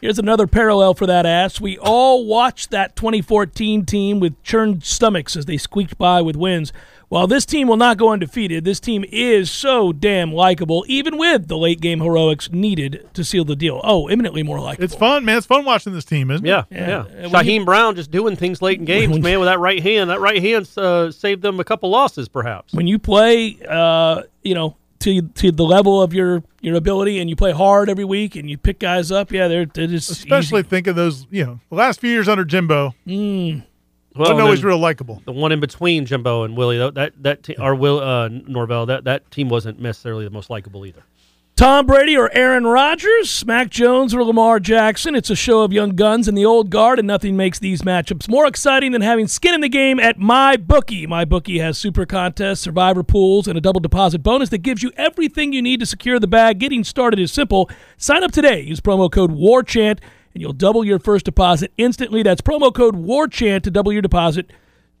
Here's another parallel for that ass. We all watched that 2014 team with churned stomachs as they squeaked by with wins. While this team will not go undefeated, this team is so damn likable, even with the late game heroics needed to seal the deal. Oh, imminently more likable.
It's fun, man. It's fun watching this team, isn't
Yeah,
it?
yeah.
Uh, when
Shaheem Brown just doing things late in games,
When-
man, with that right hand. That right hand uh, saved them a couple losses, perhaps.
when you play uh, you know to to the level of your your ability and you play hard every week and you pick guys up yeah they're, they're just
Especially
easy.
thinking those, you know, the last few years under Jimbo
Well,
wasn't
and
always
then
real likable.
the one in between Jimbo and Willie, that that, that te- or Will uh, Norvell, that that team wasn't necessarily the most likable either.
Tom Brady or Aaron Rodgers Mac Jones or Lamar Jackson it's a show of young guns and the old guard and nothing makes these matchups more exciting than having skin in the game at my bookie my bookie has super contests survivor pools and a double deposit bonus that gives you everything you need to secure the bag getting started is simple sign up today use promo code warchant and you'll double your first deposit instantly that's promo code warchant to double your deposit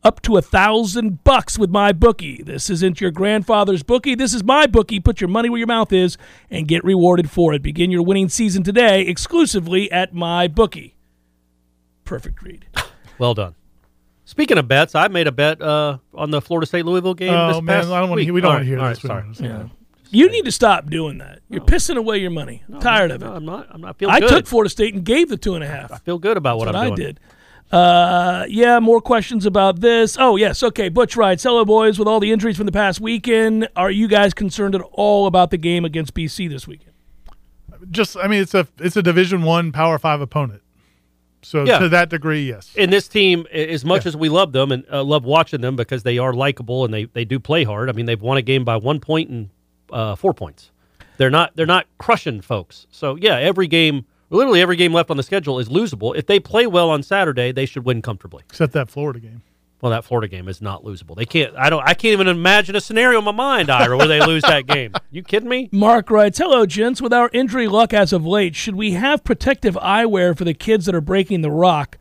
up to a thousand bucks with my bookie. This isn't your grandfather's bookie. This is my bookie. Put your money where your mouth is and get rewarded for it. Begin your winning season today exclusively at my bookie. Perfect read.
Well done. Speaking of bets, I made a bet uh, on the Florida State Louisville game.
Oh,
this
man.
past
I don't want to
week.
hear, we don't
All
want
right,
to hear
all right,
this.
sorry.
Yeah.
You need to stop doing that. You're pissing away your money. I'm tired of it.
No, I'm not. I'm not feeling
I
good.
took Florida State and gave the two and a half.
feel good about what,
That's
I'm
what
doing.
I did. Uh, yeah, more questions about this. Oh, yes. Okay. Butch writes Hello, boys. With all the injuries from the past weekend, are you guys concerned at all about the game against BC this weekend?
Just, I mean, it's a it's a Division One Power Five opponent. So
Yeah.
to that degree, yes.
And this team, a- as much as we love them and uh, love watching them because they are likable and they, they do play hard. I mean, they've won a game by one point and uh, four points. They're not they're not crushing folks. So yeah, every game, literally every game left on the schedule is losable. If they play well on Saturday, they should win comfortably.
Except that Florida game.
Well, that Florida game is not losable. They can't. I don't. I can't even imagine a scenario in my mind, Ira, where they lose that game. You kidding me?
Mark writes Hello, gents. With our injury luck as of late, should we have protective eyewear for the kids that are breaking the rock?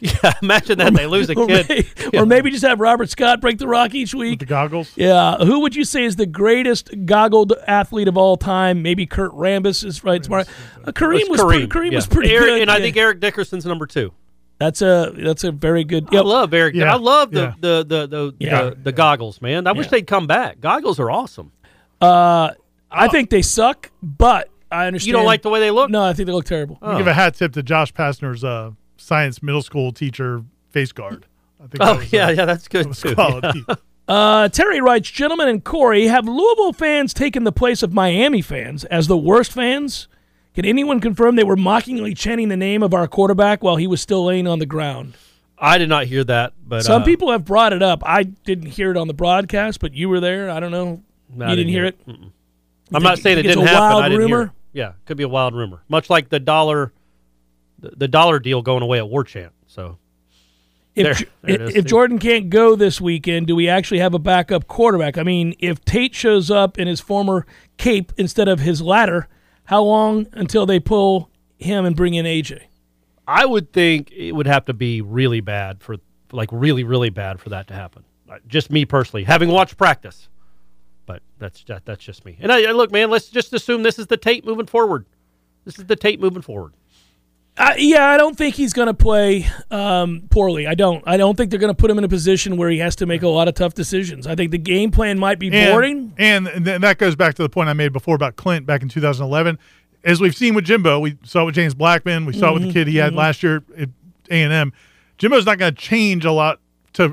Yeah, imagine that they lose a
Or,
kid.
may- or maybe just have Robert Scott break the rock each week?
The goggles.
Yeah. Who would you say is the greatest goggled athlete of all time? Maybe Kurt Rambis is right. Smart. Uh, Kareem
It's
was pretty, Kareem was
yeah.
pretty
Eric-
good.
and I
yeah.
think Eric Dickerson's number two.
That's a that's a very good.
I love Eric.
Yeah.
I love the,
Yeah.
the, the, the,
Yeah.
the, the goggles, man. I wish
Yeah.
they'd come back. Goggles are awesome.
Uh, I think they suck, but I understand.
Oh. You don't like the way they look? Oh.
No, I think they look terrible.
We Give a hat tip to Josh Pastner's uh, science middle school teacher face guard. I think that
Oh,
was,
yeah,
uh,
yeah, that's good,
that was
too.
quality.
Uh, Terry writes, gentlemen and Corey, have Louisville fans taken the place of Miami fans as the worst fans? Can anyone confirm they were mockingly chanting the name of our quarterback while he was still laying on the ground?
I did not hear that, but
Some
uh,
people have brought it up. I didn't hear it on the broadcast, but you were there. I don't know.
I
you didn't
didn't
hear
hear
it.
I'm
think-
not saying
you
it
think it's
didn't
a
happen.
wild
I didn't hear
rumor?
it. Yeah, could be a wild rumor, much like the dollar, the, the dollar deal going away at War Chant. So
If,
There-
Ju-
there it
if,
is,
if
Steve.
Jordan can't go this weekend, do we actually have a backup quarterback? I mean, if Tate shows up in his former cape instead of his ladder, how long until they pull him and bring in AJ?
I would think it would have to be really bad for, like, really, really bad for that to happen. Uh, Just me personally, having watched practice, but that's that, that's just me. And I, I look, man, let's just assume this is the tape moving forward. This is the tape moving forward.
I, yeah, I don't think he's going to play um, poorly. I don't. I don't think they're going to put him in a position where he has to make a lot of tough decisions. I think the game plan might be
and,
boring.
And, and then that goes back to the point I made before about Clint back in 2011. As we've seen with Jimbo, we saw it with James
Mm-hmm,
Blackman, we saw it with the kid he had last year at A and M. Jimbo's not going to change a lot
Oh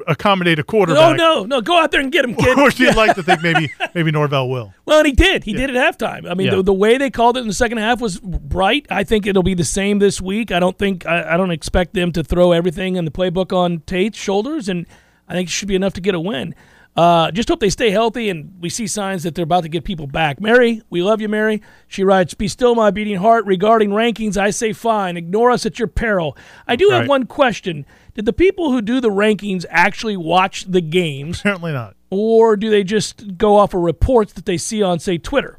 quarterback.
no, no, go out there and get him, kid.
Or she'd like to think maybe maybe Norvell will.
Well, and he did. He did at halftime. I mean,
Yeah.
the, the way they called it in the second half was right. I think it'll be the same this week. I don't think I, I don't expect them to throw everything in the playbook on Tate's shoulders, and I think it should be enough to get a win. Uh, just hope they stay healthy and we see signs that they're about to get people back. Mary, we love you, Mary. She writes, Be still my beating heart. Regarding rankings, I say fine. Ignore us at your peril. I do have
Right.
one question. Did the people who do the rankings actually watch the games?
Apparently not.
or do they just go off of reports that they see on, say, Twitter?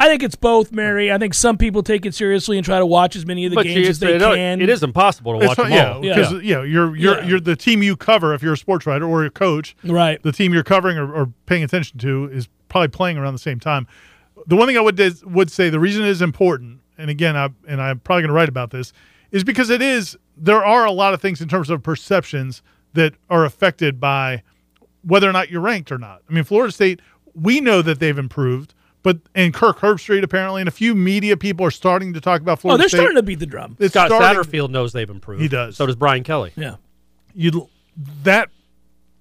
I think it's both, Mary. I think some people take it seriously and try to watch as many of the
But
games
you-
as they
no,
can.
it is impossible to watch
It's
them
not- yeah,
all.
because you know you're you're
Yeah.
you're the team you cover if you're a sports writer or a coach.
Right.
The team you're covering or, or paying attention to is probably playing around the same time. The one thing I would dis- would say the reason it is important, and again, I and I'm probably going to write about this, is because it is there are a lot of things in terms of perceptions that are affected by whether or not you're ranked or not. I mean, Florida State, we know that they've improved, but and Kirk Herbstreit apparently, and a few media people are starting to talk about
Oh,
Florida
they're
State.
starting to beat the drum.
It's
Scott
starting-
Satterfield knows they've improved.
He does.
So does Brian Kelly.
Yeah.
you that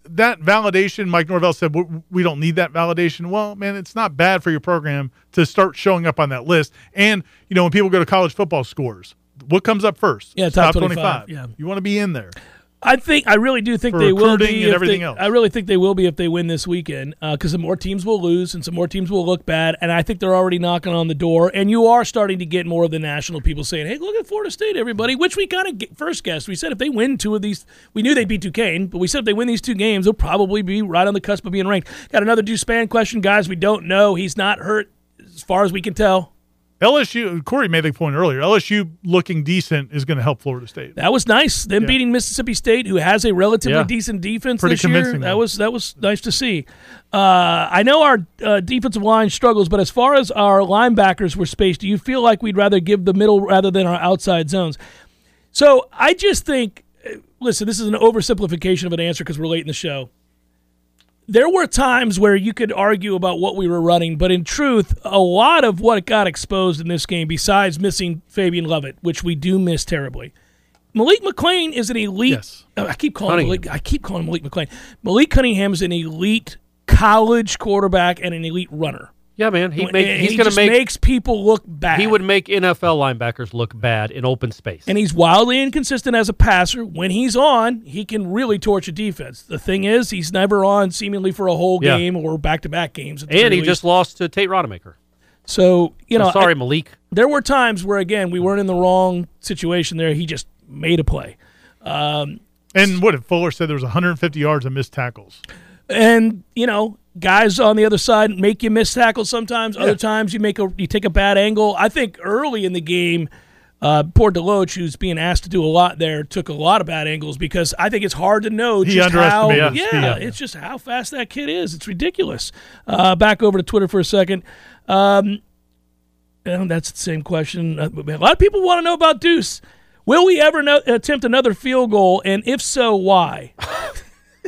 that validation mike norvell said we, we don't need that validation well man it's not bad for your program to start showing up on that list and you know when people go to college football scores what comes up first
Yeah,
It's
top 25, yeah.
you want to be in there
I think I really do think
For
they will
recruiting
be
and
if
everything
they-
else.
I really think they will be if they win this weekend because some more teams will lose and some more teams will look bad, and I think they're already knocking on the door. And you are starting to get more of the national people saying, "Hey, look at Florida State, everybody," which we kind of first guessed. We said if they win two of these, we knew they'd beat Duquesne, but we said if they win these two games, they'll probably be right on the cusp of being ranked. Got another Duspan question, guys. We don't know. He's not hurt as far as we can tell.
lsu corey made the point earlier lsu looking decent is going to help florida state
That was nice. Them beating Mississippi State, who has a relatively
Yeah.
decent defense
Pretty
this year.
convincing,
That
though.
was that was nice to see. Uh, I know our uh, defensive line struggles, but as far as our linebackers were spaced, do you feel like we'd rather give the middle rather than our outside zones? So I just think, uh, listen, this is an oversimplification of an answer because we're late in the show. There were times where you could argue about what we were running, but in truth, a lot of what got exposed in this game, besides missing Fabian Lovett, which we do miss terribly, Malik McLean is an elite.
Yes.
Oh, I keep calling him
Cunningham.
Malik, I keep calling him Malik McLean. Malik Cunningham is an elite college quarterback and an elite runner.
Yeah, man. He make,
And
he's
he
going to
just
make.
makes people look bad.
he would make NFL linebackers look bad in open space.
And he's wildly inconsistent as a passer. When he's on, he can really torch a defense. The thing is, he's never on seemingly for a whole
Yeah.
game or back to back games. at the
And
very
he
least.
just lost to Tate Rodemaker.
so you know.
I'm sorry,
I-
Malik.
there were times where again we weren't in the wrong situation. There, he just made a play,
and what if fuller said there was 150 yards and missed tackles
and you know. Guys on the other side make you miss tackles sometimes. Other times you make a you take a bad angle. I think early in the game, uh, poor Deloach, who's being asked to do a lot there, took a lot of bad angles because I think it's hard to know
He
just how
underestimated his
yeah,
speed.
it's just how fast that kid is. It's ridiculous. Uh, back over to Twitter for a second. Um, and that's the same question. Uh, A lot of people want to know about Deuce. Will we ever no- attempt another field goal? And if so, why?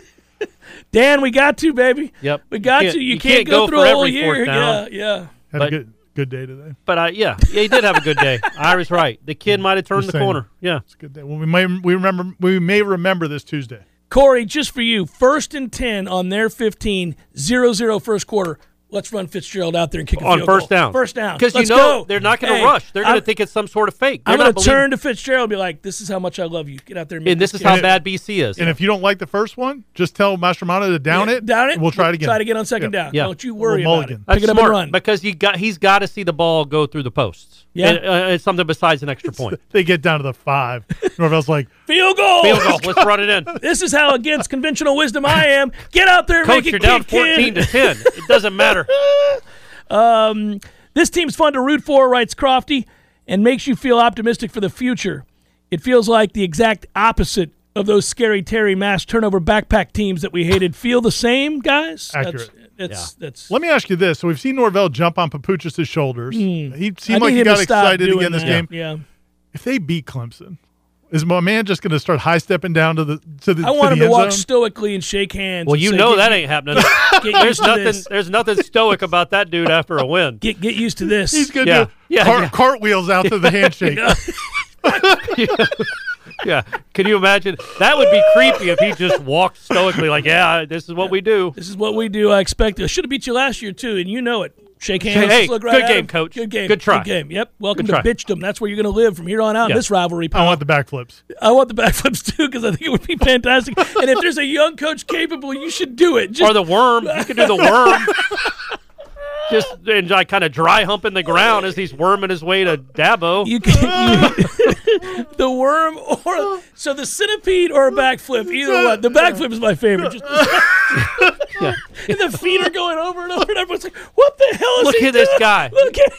Dan, we got to, baby.
Yep.
We got
You
to.
can't-
You,
you
can't,
can't
go,
go
through
for
a whole
every fourth
year. Yeah,
down.
yeah.
had a
But-
good good day today
But uh, yeah, yeah, he did have a good day. Ira's right. The kid might have turned
Just
the
saying.
corner. Yeah.
it's a good day well we may we remember we may remember this tuesday
Corey, just for you, first and 10 on their 15, 0 0 first quarter. Let's run Fitzgerald out there and kick a
On
field
first
goal.
down.
First down.
Because you
Let's
know
go.
they're not going to
Hey,
rush. They're going
I'm-
to think it's some sort of fake. They're
I'm
going
gonna turn to Fitzgerald and be like, "This is how much I love you. Get out there and make
And this is
kick."
how bad BC is.
And if you don't like the first one, just tell Mastromano to down it.
Down it.
and We'll try it again.
Try to get on second
Yeah.
down.
Yeah.
Don't you worry
We'll
about it.
mulligan.
That's
Pick it up
smart
and run.
because you got he's got to see the ball go through the posts.
Yeah.
And, uh, it's something besides an extra point.
They get down to the five. Norvell's like,
Field goal.
Field goal. Let's run it in.
This is how against conventional wisdom I am. Get out there and
Coach,
make
you're
it
down
kick,
14
kid.
to 10. It doesn't matter.
This team's fun to root for, writes Crofty, and makes you feel optimistic for the future. It feels like the exact opposite of those scary Terry Mass turnover backpack teams that we hated. Feel the same, guys?
Accurate.
That's, that's, that's
let me ask you this. So we've seen Norvell jump on Papuchas' shoulders. He
Hmm. I
seemed like
need
he
him to
got
stop
excited
doing
again this
that.
game.
Yeah.
If they beat Clemson, is my man just going to start high stepping down to the to the?
I want
to
him
the
to
end
walk
zone?
stoically and shake hands.
Well,
and
you
say,
know
"Get
that
u-
ain't happening.
Get
There's
used to
nothing.
this.
There's nothing stoic about that dude after a win.
Get, get used to this.
He's going
Yeah.
to
Yeah,
cart,
yeah.
cartwheels out to the handshake.
yeah. Can you imagine? That would be creepy if he just walked stoically, like, yeah, this is what we do.
This is what we do. I expect. I should have beat you last year too, and you know it. Shake hands.
Hey,
look right
good
at
game,
him.
coach.
Good game.
Good try.
game. Yep. Welcome
Good
to
try. Oh.
bitchdom. That's where you're going to live from here on out. in
Yeah.
This rivalry.
I want the backflips.
I want the backflips too because I think it would be fantastic. and if there's a young coach capable, you should do it. Just
Or the worm. You could do the worm. Just and like kind of dry humping the ground as he's worming his way to Dabo.
You can you- the worm or so the centipede or a backflip, either one. The backflip is my favorite. Just, and the feet are going over and over, and everyone's like, "What the hell is
Look
he
at this
doing?
guy.
Look at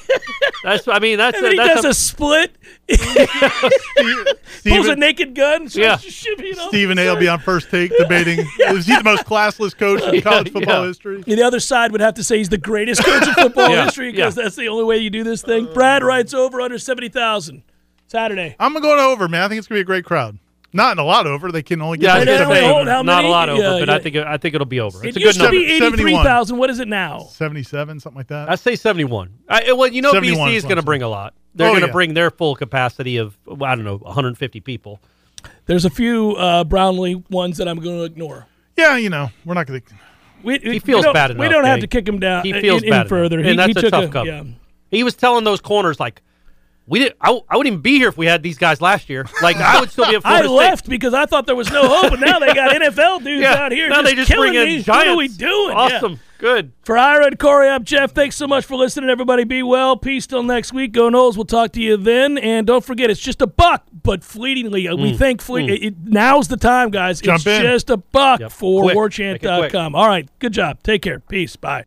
That's I mean that's
and
a,
then he
that's
does a split, pulls a
Steven,
naked gun, starts
Yeah.
shooting off.
Stephen A. will be on first take debating. Is he the most classless coach in college football
yeah.
history?
And the other side would have to say he's the greatest coach in football
Yeah,
history because
yeah.
that's the only way you do this thing. Brad writes over under seventy thousand Saturday.
I'm going over, man. I think it's going to be a great crowd. Not in a lot over. They can only
yeah,
get like
I
Wait,
think it's
wait, wait,
a
hold,
favor.
how
not
many?
a lot over,
Yeah,
but
yeah.
I think I think it'll be over. It's
It
a good
used to
number.
be eighty-three
71.
thousand. What is it now?
77, something like that.
I say 71. I, well, you know,
71
BC
is
is going to
awesome.
bring a lot. They're
Oh,
going to
yeah.
bring their full capacity of well, I don't know 150 people.
There's a few uh, Brownlee ones that I'm going to ignore.
yeah, you know, we're not going to.
We, he
feels
we don't-
bad
We
enough,
don't have
Jake.
to kick him down. uh,
He feels
in, in
bad enough.
further.
and
he,
that's
he
a
took
tough cover.
yeah.
He was telling those corners like, "We did. I, I wouldn't even be here if we had these guys last year. Like I would still be at
I
Florida State."
left because I thought there was no hope, and now they got NFL dudes
Yeah,
out here.
now
just
they just
killing
bring in
these.
giants.
What are we doing? Yeah.
Awesome, good.
For Ira and Corey, I'm Jeff. Thanks so much for listening, everybody. Be well. Peace till next week. Go Knowles. We'll talk to you then. And don't forget, it's just a buck, but fleetingly. uh,
Mm.
We think fle- it, it- now's the time, guys.
Jump
it's
in.
just a buck
Yep.
for
Quick. Make it quick.
warchant.com. All right. Good job. Take care. Peace. Bye.